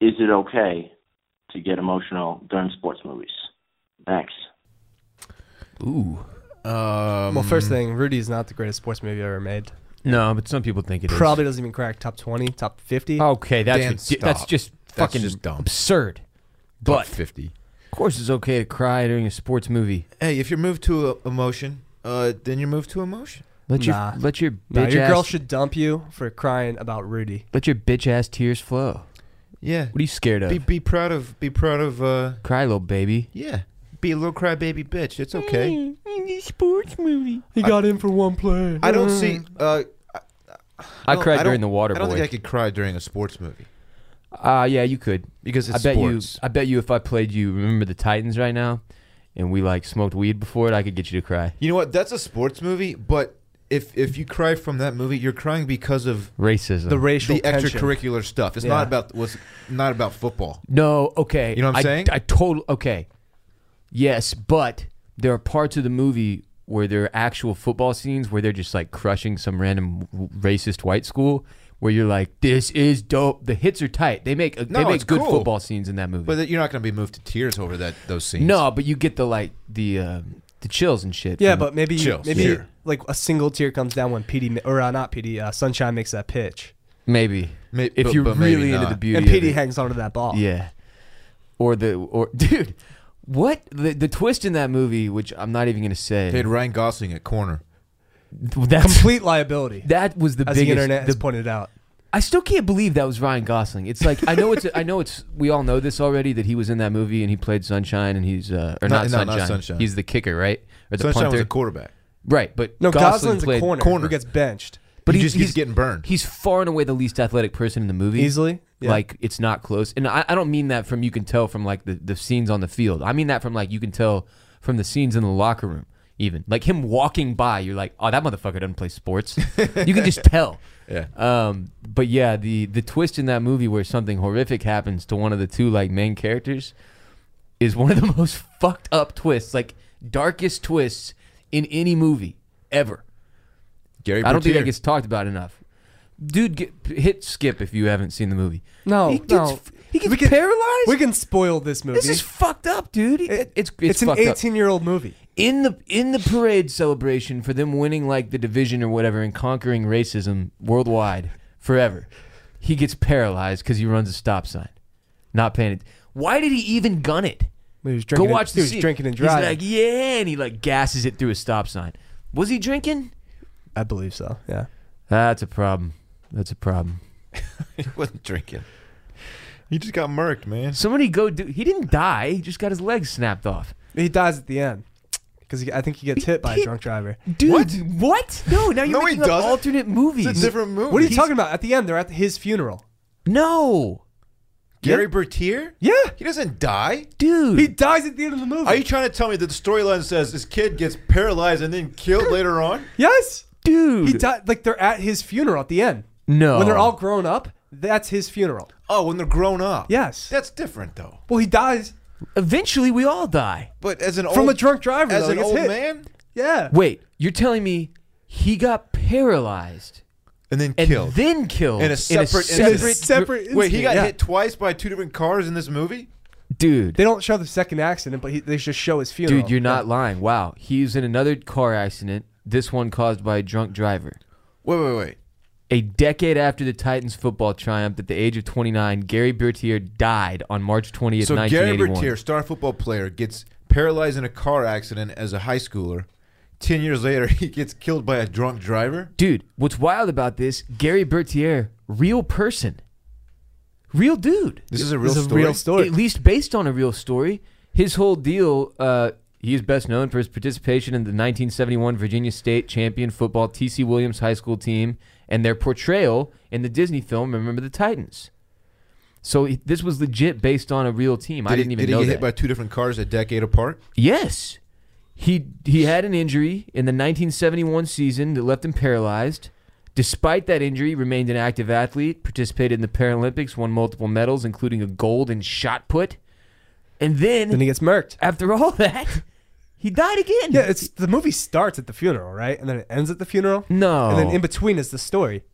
is it okay to get emotional during sports movies? Thanks.
Ooh.
Um,
well, first thing, Rudy is not the greatest sports movie ever made.
No, but some people think it is. Oh,
Probably doesn't even crack top 20, top 50.
Okay, that's
Dan,
ridi- that's
stop.
just fucking
just dumb.
absurd.
Top
But
50.
of course, it's okay to cry during a sports movie.
Hey, if you're moved to uh, emotion, uh, then you're moved to emotion.
Let your
Nah.
let your bitch
No, your
ass
girl should dump you for crying about Rudy.
let your bitch ass tears flow.
Yeah.
What are you scared of?
Be be proud of be proud of uh
cry, little baby.
yeah. Be a little crybaby bitch. It's okay.
Mm, sports movie.
He got in for one play.
I don't see uh
I
No,
cried
I
during
don't-
the Water
I don't think I
Boy.
could cry during a sports movie
Ah, yeah, you could.
because it's
I bet
sports.
you. I bet you. If I played you, remember the Titans right now, and we like smoked weed before it, I could get you to cry.
You know what? That's a sports movie, but if if you cry from that movie, you're crying because of
Racism.
the racial
the
tension.
extracurricular stuff. It's
Yeah.
not about what's not about football.
no, okay.
You know what I'm
I-
saying?
I total. Okay. Yes, but there are parts of the movie where there are actual football scenes where they're just like crushing some random w- racist white school. Where you're like, this is dope. The hits are tight. They make uh,
No,
they make
it's
good
cool.
football scenes in that movie.
But you're not going to be moved to tears over that those scenes.
no, but you get the like the uh, the chills and shit.
Yeah,
from-
but maybe you,
Chills.
maybe
Tear.
like a single tear comes down when PD ma- or uh, not PD uh, Sunshine makes that pitch
maybe
May-
if
but-
you're
but maybe
really into
not.
the beauty.
and
of
PD
it.
hangs onto that ball.
Yeah. Or the or [laughs] dude, what the the twist in that movie, which I'm not even gonna say.
They had Ryan Gosling at corner.
[laughs] that's
complete liability.
that was the
as
biggest.
the internet has
the-
pointed out.
I still can't believe that was Ryan Gosling. It's like I know it's I know it's we all know this already that he was in that movie and he played Sunshine and he's uh or not,
Not- no, not
Sunshine.
Sunshine.
He's the kicker, right? Or the
Sunshine
punter.
was a quarterback.
right, but
No,
Gosling
Gosling's
played,
a corner,
corner.
who gets benched
But
He
he's,
just keeps
he's-
getting burned.
He's far and away the least athletic person in the movie.
easily. Yeah.
Like it's not close. And I, I don't mean that from you can tell from like the, the scenes on the field. I mean that from like you can tell from the scenes in the locker room, even. Like him walking by, you're like, Oh, that motherfucker doesn't play
[laughs]
sports. you can just tell.
Yeah.
Um but yeah, the the twist in that movie where something horrific happens to one of the two like main characters is one of the [laughs] most fucked up twists, like darkest twists in any movie ever.
Gary
I don't think that
Bertier.
gets talked about enough. Dude, get, hit skip if you haven't seen the movie.
no,
he gets,
no,
he gets
We can-
paralyzed.
we can spoil this movie.
this is fucked up, dude. It-
It-
it's
it's,
it's,
an
fucked up.
eighteen-year-old movie.
in the in the parade celebration for them winning like the division or whatever and conquering racism worldwide forever. He gets paralyzed because he runs a stop sign, not paying it. Why did he even gun it?
He was drinking.
Go watch
he
the
was
scene.
drinking and
He's
driving.
like, yeah, and he like gasses it through a stop sign. Was he drinking?
I believe so. Yeah.
That's a problem. That's a problem.
He [laughs] wasn't drinking. He just got murked, man.
Somebody go do. He didn't die. He just got his legs snapped off.
He dies at the end because I think he gets hit by a drunk driver.
Dude, what? What? No, now you're
No, he
making up
doesn't.
alternate movies.
It's a different movie.
What are you talking about? At the end, they're at his funeral.
No,
Gary Bertier?
Yeah,
He doesn't die.
dude.
he dies at the end of the movie.
Are you trying to tell me that the storyline says this kid gets paralyzed and then [laughs] killed later on?
yes.
dude.
He died like they're at his funeral at the end.
no.
When they're all grown up, That's his funeral.
Oh, when they're grown up.
Yes.
That's different though.
Well, he dies
Eventually, we all die.
But as an
from
old,
a drunk driver.
as
though. He
an
gets
old
hit.
man,
Yeah.
Wait, you're telling me he got paralyzed
and then
and
killed.
then killed
In a separate-
in
in
a
a
separate,
separate
Wait, he
incident,
got
yeah.
hit twice by two different cars in this movie.
dude.
They don't show the second accident, but he, they just show his funeral.
Dude, you're not lying. Wow, he's in another car accident. This one caused by a drunk driver.
Wait, wait, wait.
A decade after the Titans' football triumph, at the age of 29, Gary Bertier died on March 20th,
So Gary
1981.
Bertier, star football player, gets paralyzed in a car accident as a high schooler. Ten years later, [laughs] he gets killed by a drunk driver.
Dude, what's wild about this? Gary Bertier, real person, real dude.
This is a real
this is
story.
a real story.
At least based on a real story. His whole deal, uh, he is best known for his participation in the 1971 Virginia State champion football TC Williams High School team and their portrayal in the Disney film Remember the Titans. So he- this was legit based on a real team. I
Did he-
didn't even
did he
know
get
that.
hit by two different cars a decade apart?
yes. He he had an injury in the 1971 season that left him paralyzed. Despite that injury, remained an active athlete, participated in the Paralympics, won multiple medals including a gold in shot put. And then
Then he gets murked.
after all [laughs] that, he died again.
Yeah, it's the movie starts at the funeral, right? And then it ends at the funeral.
no,
And then in between is the story.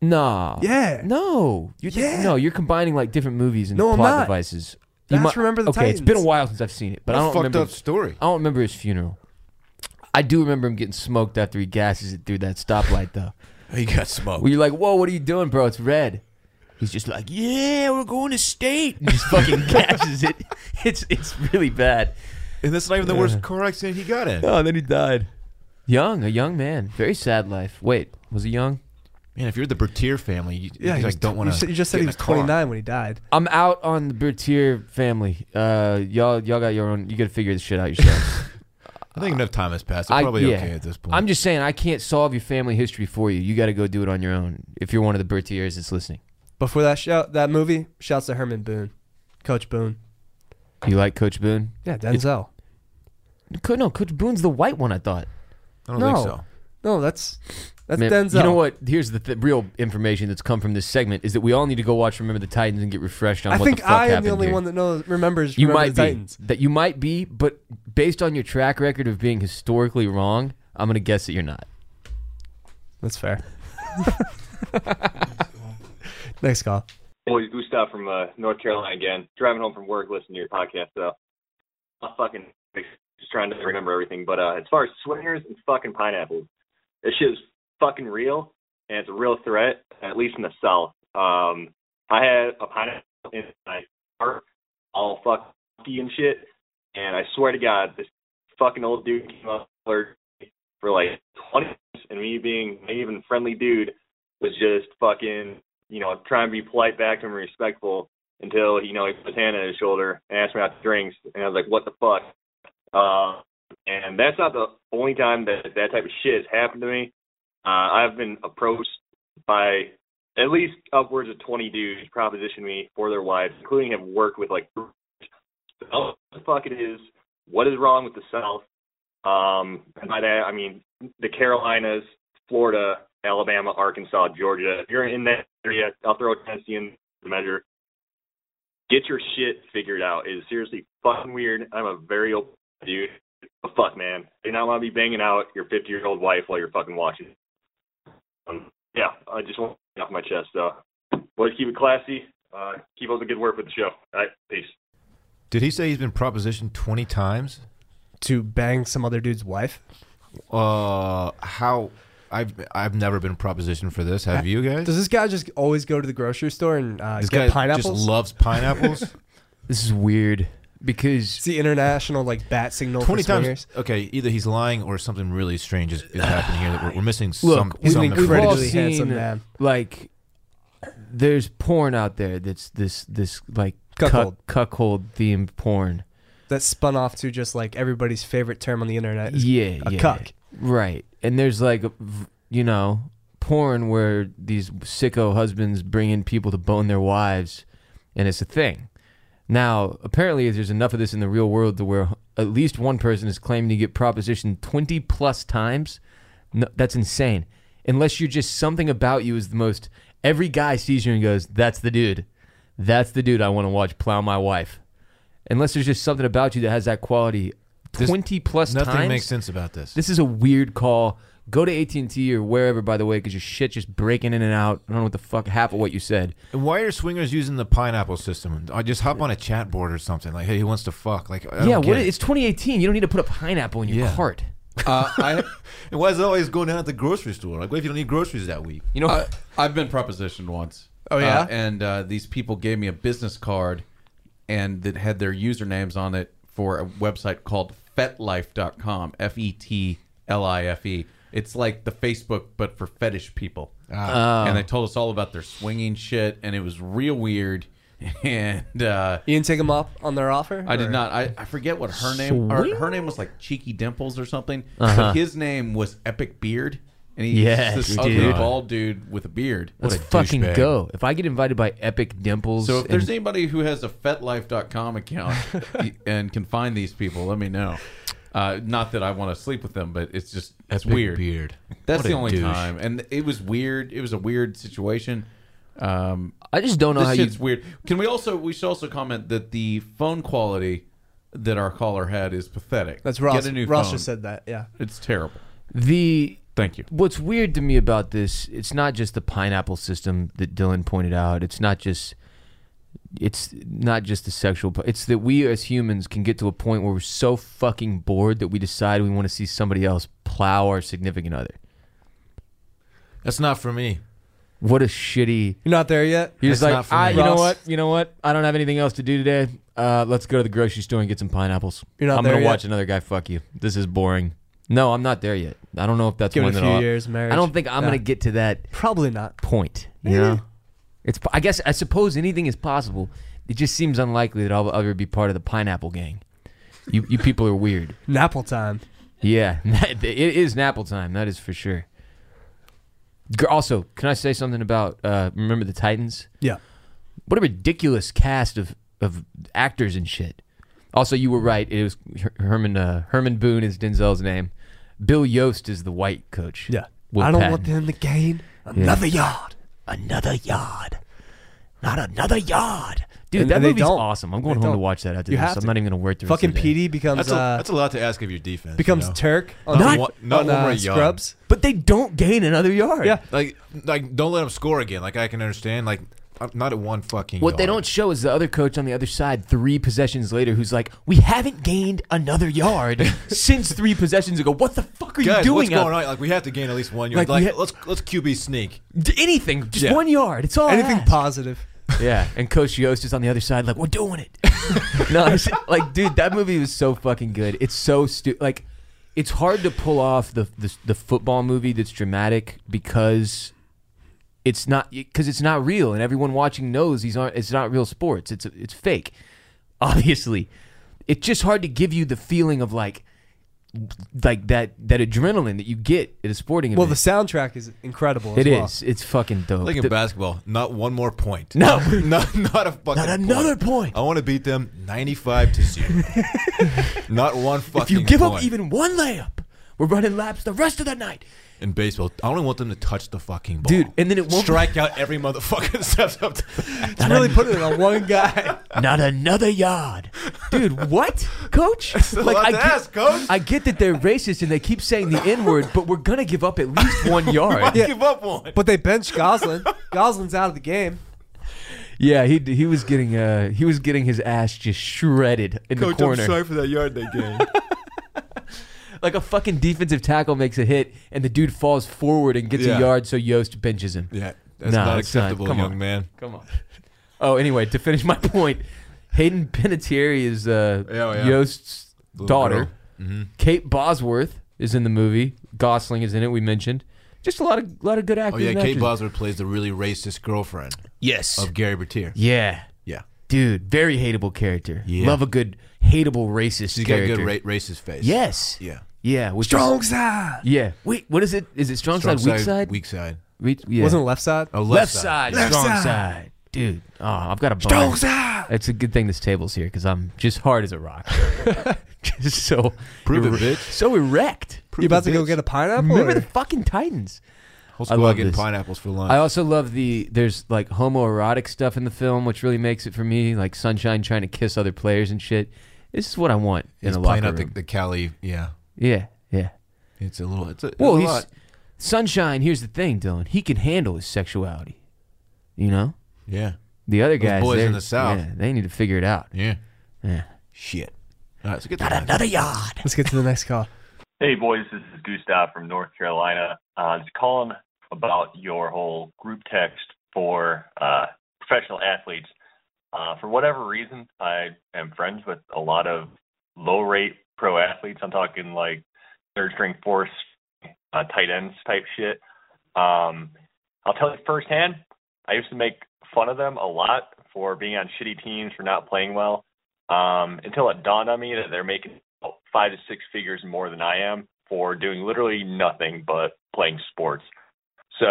no,
Yeah.
no, you're
Yeah.
no, you're combining like different movies and
No, I'm
plot
not.
devices.
That's Remember the
okay, it's been a
Titans.
while since I've seen it, but
What
I
a
don't
fucked
remember.
up
[laughs]
story.
I don't remember his funeral. I do remember him getting smoked after he gasses it through that stoplight, though.
He got smoked.
Where you're like, "Whoa, what are you doing, bro? It's red." He's just like, "Yeah, we're going to state," and just fucking gasses it. It's it's really bad.
And that's not even the worst car accident he got in.
Oh, and then he died. Young, a young man, very sad life. Wait, was he young?
Man, if you're the Bertier family, you,
Yeah,
you
he
like
was-
don't want
you said-
to.
You just said he was 29 when he died.
I'm out on the Bertier family. Uh, y'all, y'all got your own. You got to figure this shit out yourselves.
I think enough time has passed.
I-
They're probably
yeah.
okay at this point.
I'm just saying, I can't solve your family history for you. You got to go do it on your own. If you're one of the Bertiers that's listening,
Before that shout, that movie, shouts to Herman Boone, Coach Boone.
you like Coach Boone?
Yeah, Denzel.
Co- No, Coach Boone's the white one. I thought.
I don't
no,
think so.
no, that's that's
Man,
Denzel.
You know what? Here's the th- real information that's come from this segment: is that we all need to go watch Remember the Titans and get refreshed on
I
what
think
the fuck
I am
happened
the only
here.
one that knows remembers.
you
Remember
might
the
be
Titans.
that you might be, but based on your track record of being historically wrong, I'm gonna guess that you're not.
That's fair. Next call.
Boys, Gustav from uh, North Carolina again. Driving home from work, listening to your podcast, though. I'm fucking just trying to remember everything. But uh, as far as swingers and fucking pineapples, this shit is fucking real, and it's a real threat, at least in the South. Um, I had a pineapple in my car, all fucky and shit, and I swear to God, this fucking old dude came up for for like 20 minutes, and me being an even friendly dude was just fucking you know, trying to be polite back to him and respectful until, you know, he put his hand on his shoulder and asked me out to drinks. And I was like, what the fuck? Uh, and that's not the only time that that type of shit has happened to me. Uh, I've been approached by at least upwards of 20 dudes proposition me for their wives, including have worked with like, what the fuck it is, what is wrong with the South? Um, and by that, I mean the Carolinas, Florida, Alabama, Arkansas, Georgia. If you're in that area, I'll throw Tennessee in the measure. Get your shit figured out. It is seriously fucking weird. I'm a very old dude. But fuck, man. You not want to be banging out your 50 year old wife while you're fucking watching. Um, yeah, I just want to get off my chest, though. Boys, keep it classy. Uh, keep up the good work with the show. All right, peace.
Did he say he's been propositioned twenty times?
To bang some other dude's wife.
Uh, how? I've I've never been propositioned for this. Have you guys?
Does this guy just always go to the grocery store and uh,
this
get
guy
pineapples?
just
[laughs]
loves pineapples.
This is weird because
it's the international like bat signal. Twenty
Twenty
for
times.
swingers.
Okay, either he's lying or something really strange is, is happening here. That we're, we're missing
Look,
some.
we've
some
been
we've all
incredibly
information.
handsome
seen
man.
like there's porn out there that's this this like cuck,
Cuckold.
cuckold themed porn.
That spun off to just like everybody's favorite term on the internet. Is
yeah,
a
yeah,
cuck.
Right, and there's like v- you know porn where these sicko husbands bring in people to bone their wives, and it's a thing. Now, apparently, there's enough of this in the real world to where at least one person is claiming to get propositioned 20 plus times. No, that's insane. Unless you're just something about you is the most Every guy sees you and goes, "That's the dude. That's the dude I want to watch plow my wife." Unless there's just something about you that has that quality. Twenty plus
Nothing
times.
makes sense about this.
This is a weird call. Go to AT and T or wherever, by the way, because your shit just breaking in and out. I don't know what the fuck half of what you said.
And why are swingers using the pineapple system? I just hop on a chat board or something. Like, hey, who wants to fuck? Like, I
yeah,
don't
what,
get it.
it's 2018. You don't need to put a pineapple in your
Yeah.
cart.
Uh, I,
And why is it always going down at the grocery store? Like, what if you don't need groceries that week?
You know,
I, I've been propositioned once.
Oh, yeah?
Uh, and uh, these people gave me a business card, and that had their usernames on it for a website called FetLife.com. F E T L I F E. It's like the Facebook, but for fetish people.
Ah.
And they told us all about their swinging shit, and it was real weed. [laughs] And uh,
You didn't take them up on their offer?
I did
or-
not. I, I forget what her name. Her, her name was like Cheeky Dimples or something. But his name was Epic Beard, and he's
Uh-huh. Yes,
this
dude.
ugly bald dude with a beard.
let's fucking go. If I get invited by Epic Dimples,
So if
and-
there's anybody who has a
[laughs]
FetLife.com account and can find these people, let me know. Uh, not that I want to sleep with them, but it's just it's
Big
weird.
beard.
That's
What a
the only
douche.
time, and it was weird. It was a weird situation. Um,
I just don't know
this
how you.
shit's weird. Can we also we should also comment that the phone quality that our caller had is pathetic.
That's Ross.
Get a new
Ross
phone.
just said that. Yeah.
It's terrible.
The
Thank you.
what's weird to me about this, it's not just the pineapple system that Dylan pointed out. It's not just it's not just the sexual part. It's that we as humans can get to a point where we're so fucking bored that we decide we want to see somebody else plow our significant other.
That's not for me.
What a shitty
You're not there yet.
He was
That's
like,
not for
I,
me.
you know
Ross.
what? You know what? I don't have anything else to do today. Uh, let's go to the grocery store and get some pineapples.
You're not
I'm gonna
there yet?
watch another guy fuck you. This is boring. No, I'm not there yet. I don't know if that's
Give it
one
a
that
few
I'll-
years, marriage.
I don't think I'm
Yeah.
gonna get to that
Probably not.
point. You know, it's. I guess I suppose anything is possible. It just seems unlikely that I'll ever be part of the pineapple gang. You you people are weird. [laughs]
Napple time.
Yeah, [laughs] it is Napple time. That is for sure. Gr- Also, can I say something about uh, remember the Titans?
Yeah.
what a ridiculous cast of of actors and shit. Also, you were right. It was Her- Herman uh, Herman Boone is Denzel's name. Bill Yost is the white coach.
Yeah.
Will
I don't
Patton.
want them to gain another yard. Another yard. Not another yard.
Dude,
And-
that
and they
movie's
don't.
awesome. I'm going
They
home to
don't.
watch that after
You
this.
have
I'm
to.
not even going to work the rest
Fucking
of the day.
PD becomes
That's a,
uh,
that's a lot to ask of your defense. you
becomes
know?
Turk on,
Oh, Not-
on,
not one more
uh,
yard.
Scrubs.
But they don't gain another yard.
Yeah.
Like, like, don't let them score again. Like, I can understand. Like, I'm not at one fucking.
What they
yard.
don't show is the other coach on the other side three possessions later who's like, We haven't gained another yard
[laughs]
since three possessions ago. What the fuck are
Guys,
you doing
what's
out
going on? Like, we have to gain at least one
Like,
yard. Like,
we ha-
let's let's QB sneak.
D- anything, just
Yeah.
one yard. It's all I
Anything
ask.
positive.
Yeah, and Coach Yost is on the other side, like we're doing it. [laughs] no, it's- like dude, that movie was so fucking good. It's so stupid. Like, it's hard to pull off the, the the football movie that's dramatic because it's not because it's not real, and everyone watching knows these aren't. It's not real sports. It's it's fake. [laughs] Obviously, it's just hard to give you the feeling of like like that that adrenaline that you get at a sporting [laughs]
Well, the
event.
soundtrack is incredible. As
it
well.
is. It's fucking dope.
Like in
The-
basketball, not one more point.
No.
[laughs] not not a fucking.
Not another point.
I want to beat them ninety-five
[laughs]
to zero. not one fucking.
If you give up
point.
even one layup, we're running laps the rest of the night.
in baseball, I only want them to touch the fucking ball,
Dude, and then it won't-
strike out every motherfucker [laughs] that steps up.
[laughs]
To the
It's really putting it on one guy.
Not another yard. Dude, what? Coach? Like,
lot to
get,
ask, coach.
I get that they're racist and they keep saying the N word, but we're going to give up at least
[laughs]
one yard. yeah.
give up one.
But they bench Goslin. Goslin's out of the game.
he he was getting uh he was getting his ass just shredded in the corner.
for that yard they gave.
Like a fucking defensive tackle makes a hit and the dude falls forward and gets
Yeah.
a yard so Yost benches him.
[laughs] yeah, that's
Nah,
not
it's not.
acceptable,
Come
young
on.
man.
Come on. [laughs] Oh, anyway, to finish my point, Hayden Panettiere is uh,
Yeah, yeah.
Yost's
Little
daughter.
girl. Mhm.
Kate Bosworth is in the movie. Gosling is in it. We mentioned just a lot of lot of good
Oh
actors.
yeah,
and
Kate Oh.
actresses.
Bosworth plays the really racist girlfriend
Yes.
of Gary Bertier.
yeah.
Yeah,
Dude, very hateable character.
Yeah.
Love a good hateable racist
she's got a
character.
good ra- racist face.
Yes.
yeah.
Yeah. Which
Strong
Is,
side.
yeah. Wait. What is it? Is it strong,
Strong
side, weak side?
weak side.
Weak- yeah.
Wasn't it left side?
Oh,
left, side.
Left
strong side.
side.
Dude. Oh, I've got a boner.
Strong side.
It's a good thing this table's here because I'm just hard as a
[laughs]
rock. [laughs] just so
Prove it, bitch.
so erect.
You about to go get a pineapple?
Remember
or-
the fucking Titans.
Let's
I
go out
love
getting
this.
pineapples for lunch.
I also love the there's like homoerotic stuff in the film, which really makes it for me. Like Sunshine trying to kiss other players and shit. This is what I want in
He's
a
playing
locker
out the,
room.
the Cali. Yeah,
yeah, yeah.
it's a little. It's a, it's
Well,
a
he's
lot.
Sunshine. Here's the thing, Dylan. He can handle his sexuality. You know,
yeah,
the other
Those
guys,
boys in
they're-
the South.
yeah, they need to figure it out.
yeah,
Yeah.
Shit. All right, so get the-
Another yard.
[laughs] Let's get to the next
[laughs]
call.
Hey, boys, this is Gustav from North Carolina. Uh, just calling about your whole group text for uh, professional athletes. Uh, for whatever reason, I am friends with a lot of low rate pro athletes. I'm talking like third string, fourth uh, tight ends type shit. Um, I'll tell you firsthand, I used to make fun of them a lot for being on shitty teams, for not playing well, um, until it dawned on me that they're making five to six figures more than I am for doing literally nothing but playing sports. So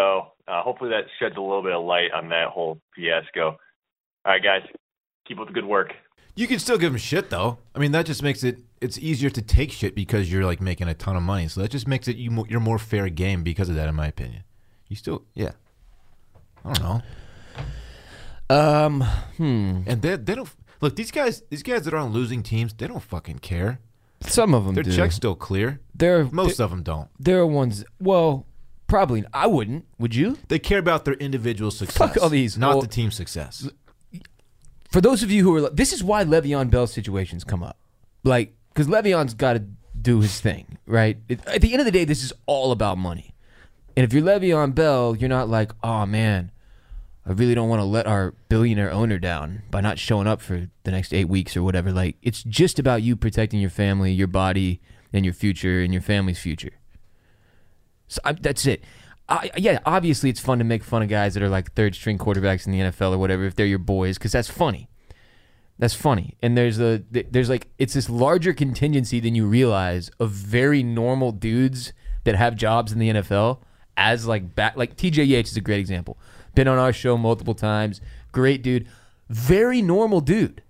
uh, hopefully that sheds a little bit of light on that whole fiasco. All right, guys, keep up the good work.
You can still give him shit though. I mean, that just makes it it's easier to take shit because you're like making a ton of money. So that just makes it you mo- you're more fair game because of that, in my opinion. You still, yeah. I don't know.
Um. Hmm.
And they they don't look these guys. These guys that are on losing teams, they don't fucking care.
Some of them
Their
do.
check's still clear.
There,
Most of them don't.
There are ones. Well, probably I wouldn't. Would you?
They care about their individual success.
all these
Not
old-
the team success.
For those of you who are, this is why Le'Veon Bell situations come up, like because Le'Veon's got to do his thing, right? It- at the end of the day, this is all about money. And if you're Le'Veon Bell, you're not like, oh man, I really don't want to let our billionaire owner down by not showing up for the next eight weeks or whatever. Like it's just about you protecting your family, your body, and your future, and your family's future. So I, that's it. I, yeah, obviously it's fun to make fun of guys that are like third string quarterbacks in the NFL or whatever if they're your boys because that's funny. That's funny. And there's a th- there's like it's this larger contingency than you realize of very normal dudes that have jobs in the NFL as like back like TJ Yates is a great example. Been on our show multiple times. Great dude. Very normal dude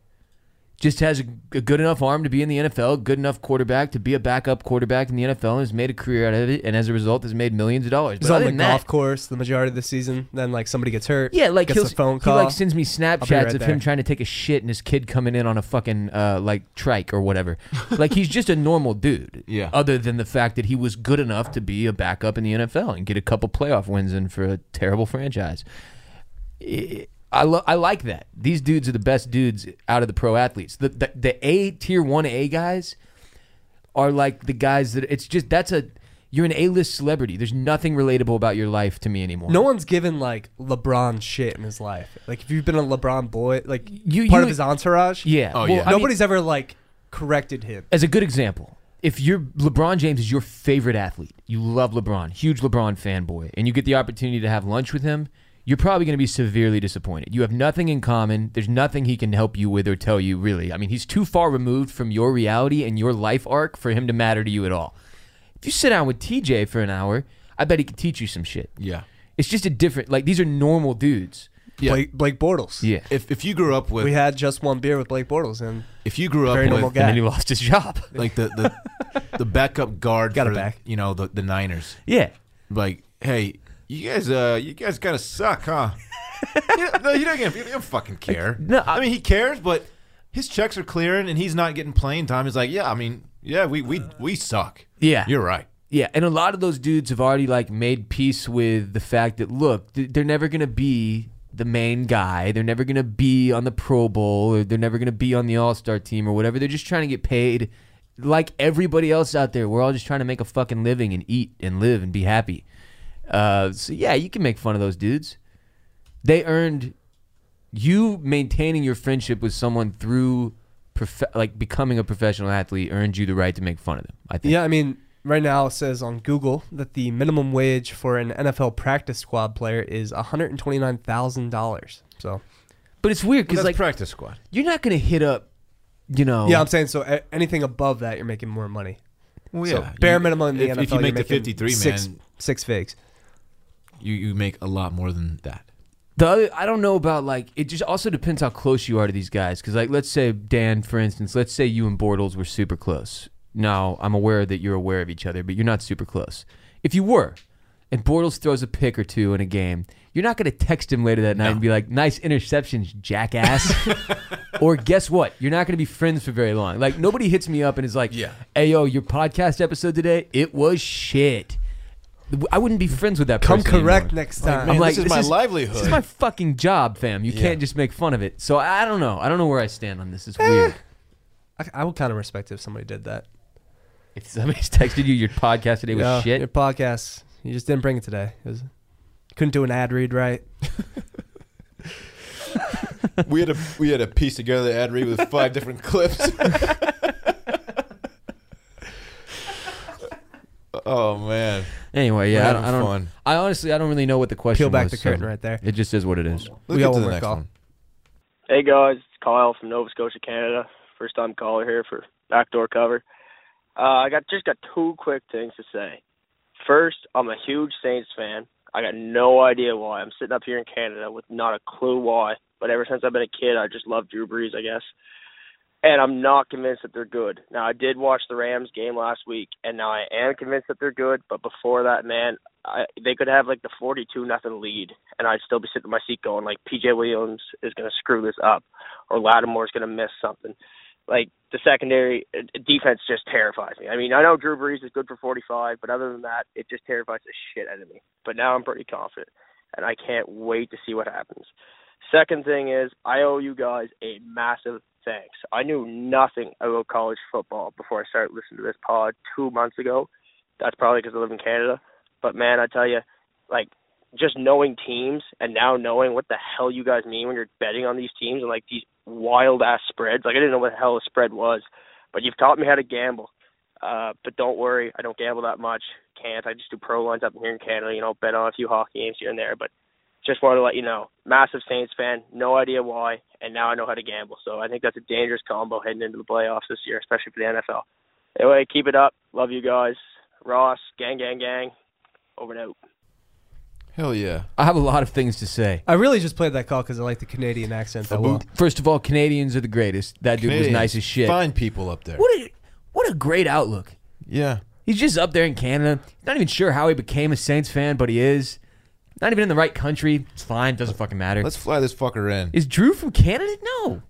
just has a, a good enough arm to be in the NFL, good enough quarterback to be a backup quarterback in the NFL, and has made a career out of it, and as a result, has made millions of dollars.
He's
But
on
other
the
than
golf
that,
course the majority of the season. Then like somebody gets hurt.
yeah, like
gets
he'll,
a phone
he
call.
like sends me Snapchats
right
of
there.
him trying to take a shit and his kid coming in on a fucking uh, like trike
[laughs]
or whatever. like he's just a normal dude.
Yeah.
Other than the fact that he was good enough to be a backup in the NFL and get a couple playoff wins in for a terrible franchise. I- I, lo- I like that. These dudes are the best dudes out of the pro athletes. The the, the A tier one A guys are like the guys that it's just that's a you're an A list celebrity. There's nothing relatable about your life to me anymore.
No one's given like LeBron shit in his life. Like if you've been a LeBron boy, like
You-
part
you-
of his entourage.
Yeah.
Oh,
Well,
yeah.
I mean-
nobody's ever like corrected him.
as a good example, if you're LeBron James is your favorite athlete, you love LeBron, huge LeBron fanboy, and you get the opportunity to have lunch with him, you're probably going to be severely disappointed. You have nothing in common. There's nothing he can help you with or tell you, really. I mean, he's too far removed from your reality and your life arc for him to matter to you at all. If you sit down with TJ for an hour, I bet he could teach you some shit.
Yeah.
It's just a different, like, these are normal dudes.
Yeah.
Blake, Blake Bortles.
Yeah.
If if you grew up with
We had just one beer with Blake Bortles and
if you grew up
very
with
normal
And then he
guy.
lost his job. [laughs]
like the the, [laughs] the backup guard
Got it
for
back.
you know the the Niners.
Yeah.
like, hey, you guys, uh, you guys kind of suck, huh? You don't- no, you don't, give- you don't fucking care.
no, I-
I, mean he cares, but his checks are clearing and he's not getting playing time. He's like, yeah, I mean, yeah, we we we suck.
Yeah.
You're right.
Yeah, and a lot of those dudes have already like made peace with the fact that look, th- they're never gonna be the main guy. They're never gonna be on the Pro Bowl, or they're never gonna be on the All Star team, or whatever. They're just trying to get paid, like everybody else out there. We're all just trying to make a fucking living and eat and live and be happy. Uh, so yeah, you can make fun of those dudes. They earned you maintaining your friendship with someone through. Prof- like becoming a professional athlete earned you the right to make fun of them. I think.
Yeah, I mean, right now it says on Google that the minimum wage for an NFL practice squad player is one hundred and twenty nine thousand dollars. So
But it's weird because
That's
like
practice squad.
you're not gonna hit up, you
Oh.
know.
yeah, I'm saying so. a- Anything above that, you're making more money.
Well,
So bare minimum in the
if,
NFL,
if you
you're
make the
making
53,
six,
man,
six figs.
you you make a lot more than that.
the other, I don't know about like it. Just also depends how close you are to these guys. Because like let's say Dan, for instance, let's say you and Bortles were super close. Now I'm aware that you're aware of each other, but you're not super close. If you were, and Bortles throws a pick or two in a game, you're not going to text him later that night and be like, "Nice interceptions, jackass." or guess what? You're not going to be friends for very long. Like nobody hits me up and is like,
Yeah.
"Hey yo, your podcast episode today, it was shit." I wouldn't be friends with that
Come
person. anymore.
correct next time.
I'm like,
this is my livelihood.
This is my fucking job, fam. You can't just make fun of it. So I don't know. I don't know where I stand on this. It's weird.
I, I would kind of respect it if somebody did that.
If somebody's texted you, your podcast today was
Yeah, Your
shit.
podcast, you just didn't bring it today. It was, couldn't do an ad read right.
[laughs] we had a we had a piece together the ad read with five different [laughs] clips. oh man,
Anyway, yeah, I don't, I
having
don't-
fun.
I honestly, I don't really know what the question.
Peel back
was,
the
so
curtain right there.
It just is what it is.
let's
We
get
got
to
one
the
more
next
call.
one.
Hey guys, it's Kyle from Nova Scotia, Canada. First time caller here for backdoor cover. Uh, I got just got two quick things to say. First, I'm a huge Saints fan. I got no idea why. I'm sitting up here in Canada with not a clue why. But ever since I've been a kid, I just love Drew Brees, I guess. And I'm not convinced that they're good. Now I did watch the Rams game last week, and now I am convinced that they're good. But before that, man, I, they could have like the 42 nothing lead, and I'd still be sitting in my seat going like, PJ Williams is going to screw this up, or Lattimore's going to miss something. Like the secondary uh, defense just terrifies me. I mean, I know Drew Brees is good for 45, but other than that, it just terrifies the shit out of me. But now I'm pretty confident, and I can't wait to see what happens. Second thing is, I owe you guys a massive thanks. I knew nothing about college football before I started listening to this pod two months ago. That's probably because I live in Canada. But man, I tell you, like just knowing teams and now knowing what the hell you guys mean when you're betting on these teams and like these wild ass spreads. Like I didn't know what the hell a spread was, but you've taught me how to gamble. Uh, but don't worry, I don't gamble that much. Can't I just do pro lines up here in Canada? You know, bet on a few hockey games here and there. But just wanted to let you know, massive Saints fan, no idea why, and now I know how to gamble. So I think that's a dangerous combo heading into the playoffs this year, especially for the NFL. Anyway, keep it up. Love you guys. Ross, gang, gang, gang. Over and out.
Hell yeah.
I have a lot of things to say.
I really just played that call because I like the Canadian accent that well.
First of all, Canadians are the greatest. That dude was nice as shit.
Fine people up there.
What a what a great outlook.
Yeah.
He's just up there in Canada. Not even sure how he became a Saints fan, but he is. Not even in the right country. It's fine. Doesn't fucking matter.
Let's fly this fucker in.
Is Drew from Canada? No.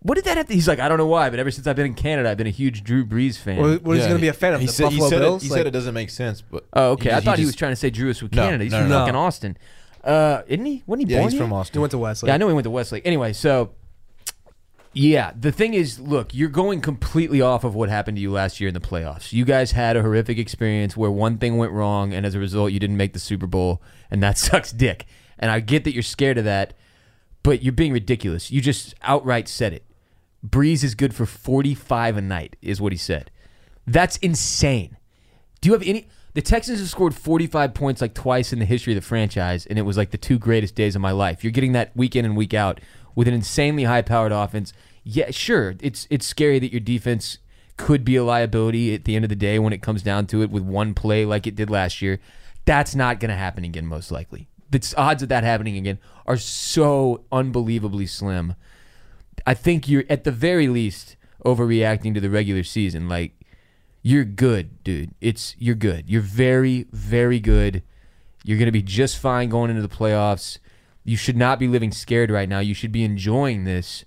What did that have to? He's like, I don't know why, but ever since I've been in Canada, I've been a huge Drew Brees fan.
What, what is he
Yeah,
going to be a fan of?
he
The
said- he
Buffalo
said it-
Bills?
he
Like,
said it doesn't make sense, but
oh, okay. I
just-
thought he,
just-
was trying to say Drew is from
No,
Canada. he's
no,
from
no, no.
fucking Austin. Uh, isn't he? Wasn't he
Yeah,
born
he's
here?
from
he
Austin.
went to Wesley.
Yeah, I know he went to Westlake. Anyway, so yeah, the thing is, look, you're going completely off of what happened to you last year in the playoffs. You guys had a horrific experience where one thing went wrong, and as a result, you didn't make the Super Bowl, and that [laughs] sucks dick. And I get that you're scared of that, but you're being ridiculous. You just outright said it. Breeze is good for 45 a night, is what he said. That's insane. Do you have any? The Texans have scored 45 points like twice in the history of the franchise, and it was like the two greatest days of my life. You're getting that week in and week out with an insanely high powered offense. Yeah, sure, it's it's scary that your defense could be a liability at the end of the day when it comes down to it with one play like it did last year. That's not going to happen again, most likely. The odds of that happening again are so unbelievably slim. I think you're at the very least overreacting to the regular season. Like you're good, dude. It's you're good. You're very, very good. You're gonna be just fine going into the playoffs. You should not be living scared right now. You should be enjoying this.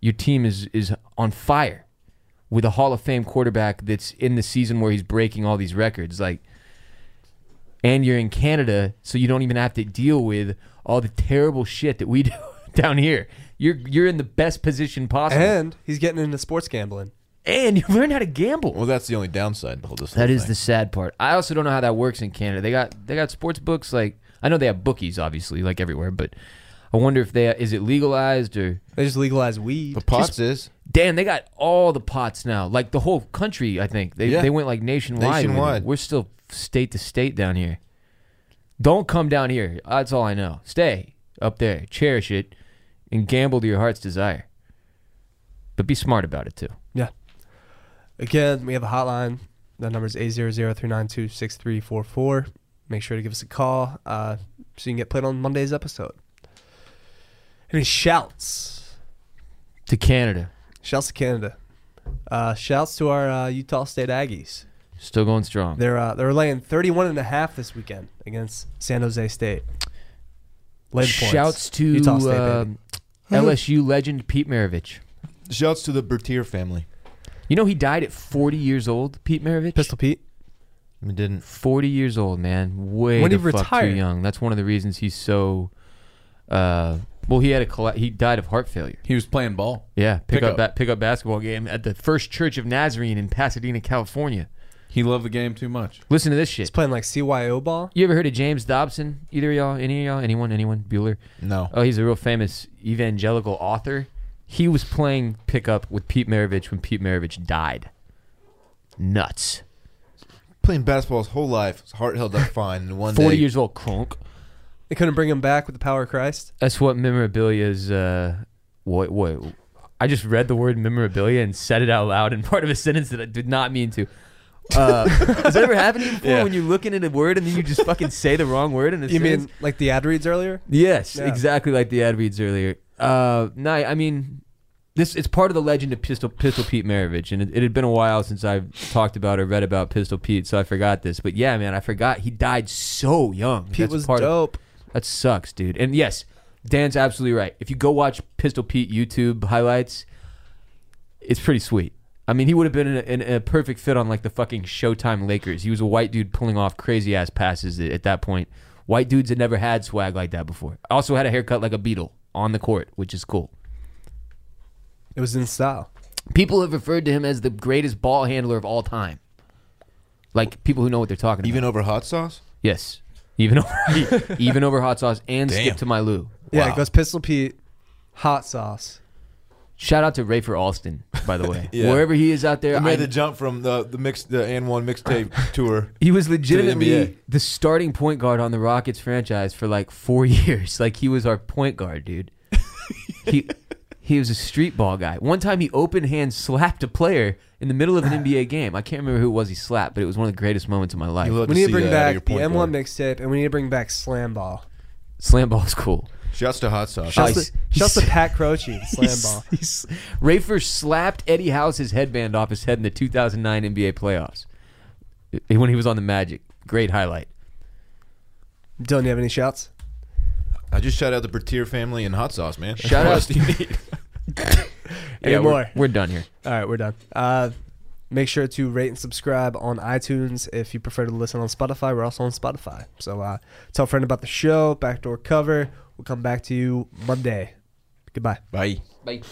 Your team is is on fire with a Hall of Fame quarterback that's in the season where he's breaking all these records. Like and you're in Canada, so you don't even have to deal with all the terrible shit that we [laughs] do down here. You're you're in the best position possible.
And he's getting into sports gambling.
and you learn how to gamble.
Well, that's the only downside to all this.
That
whole
is
thing.
the sad part. I also don't know how that works in Canada. They got they got sports books like I know they have bookies obviously like everywhere, but I wonder if they is it legalized or
They just legalized weed.
the pots is
Dan, they got all the pots now. Like the whole country, I think. They
Yeah.
they went like nationwide. with it.
Nationwide.
We're still state to state down here. Don't come down here. That's all I know. Stay up there. Cherish it and gamble to your heart's desire. But be smart about it too.
Yeah. Again, we have a hotline. That number is 800-392-6344. Make sure to give us a call uh, so you can get played on Monday's episode. Any shouts?
To Canada.
Shouts to Canada. Uh, shouts to our uh, Utah State Aggies.
Still going strong.
They're uh, they're laying 31 and a half this weekend against San Jose State. Lay the points.
Shouts to
Utah State,
uh, [laughs]
baby.
LSU legend Pete Maravich.
Shouts to the Bertier family.
You know he died at 40 years old, Pete Maravich.
Pistol Pete.
We didn't.
40 years old, man. Way
When
the
he
fuck
retired.
too young. That's one of the reasons he's so. Uh, well, he had a colla- he died of heart failure.
He was playing ball.
Yeah, pick,
Pick
up
up.
that pick up basketball game at the First Church of Nazarene in Pasadena, California.
He loved the game too much.
Listen to this shit.
He's playing like CYO ball.
You ever heard of James Dobson? Either of y'all? Any of y'all? Anyone? Anyone? Bueller?
No.
Oh, he's a real famous evangelical author. He was playing pickup with Pete Maravich when Pete Maravich died. Nuts.
Playing basketball his whole life. His heart held up fine. And one
40
day,
years old, crunk.
They couldn't bring him back with the power of Christ.
That's what memorabilia is. Uh, what, what? I just read the word memorabilia and said it out loud in [laughs] part of a sentence that I did not mean to. Uh, [laughs] has that ever happened to you before
Yeah.
when you're looking at a word and then you just fucking say the wrong word in a
You
sentence?
mean like the ad reads earlier?
Yes,
Yeah.
exactly like the ad reads earlier. Uh, no, I I mean, this it's part of the legend of Pistol Pistol Pete Maravich, and it, it had been a while since I've talked about or read about Pistol Pete, so I forgot this. But yeah, man, I forgot he died so young.
Pete was
part of-
dope.
that sucks, dude. And yes, Dan's absolutely right. If you go watch Pistol Pete YouTube highlights, it's pretty sweet. I mean, he would have been in a, in a perfect fit on like the fucking Showtime Lakers. He was a white dude pulling off crazy ass passes at, at that point. White dudes had never had swag like that before. Also had a haircut like a beetle on the court, which is cool.
It was in style.
People have referred to him as the greatest ball handler of all time. Like people who know what they're talking
even
about.
over hot sauce.
yes, even over, even over hot sauce and skip to my Lou.
Yeah, it goes Pistol Pete, hot sauce.
Shout out to Rafer Alston, by the way.
[laughs] Yeah.
Wherever he is out there,
He made
I-
the jump from the the mix the and one mixtape tour.
he was
To the
legitimately
NBA.
the starting point guard on the Rockets franchise for like four [laughs] years. Like he was our point guard, dude. he he was a street ball guy. One time he open hand slapped a player in the middle of an NBA game. I can't remember who it was he slapped, but it was one of the greatest moments of my life.
You love
We need to
see
bring
that out of your
back the
point
M1
guard.
mixtape, and we need to bring back slam ball.
Slam ball's cool.
Shouts to hot sauce.
Shouts-
Shouts
Nice.
to, shouts to Pat Croce,
[laughs]
slam ball.
He's, Rafer slapped Eddie House's headband off his head in the 2009 NBA playoffs I- when he was on the Magic. Great highlight.
Dylan, you have any shouts?
I just shout out the Bertier family and hot sauce, man. [laughs]
Shout out to
Any
[laughs] Yeah,
more?
We're, we're done here.
All right, we're done. Uh, make sure to rate and subscribe on iTunes if you prefer to listen on Spotify. We're also on Spotify. So uh, tell a friend about the show, backdoor cover. We'll come back to you Monday. Goodbye.
Bye.
Bye.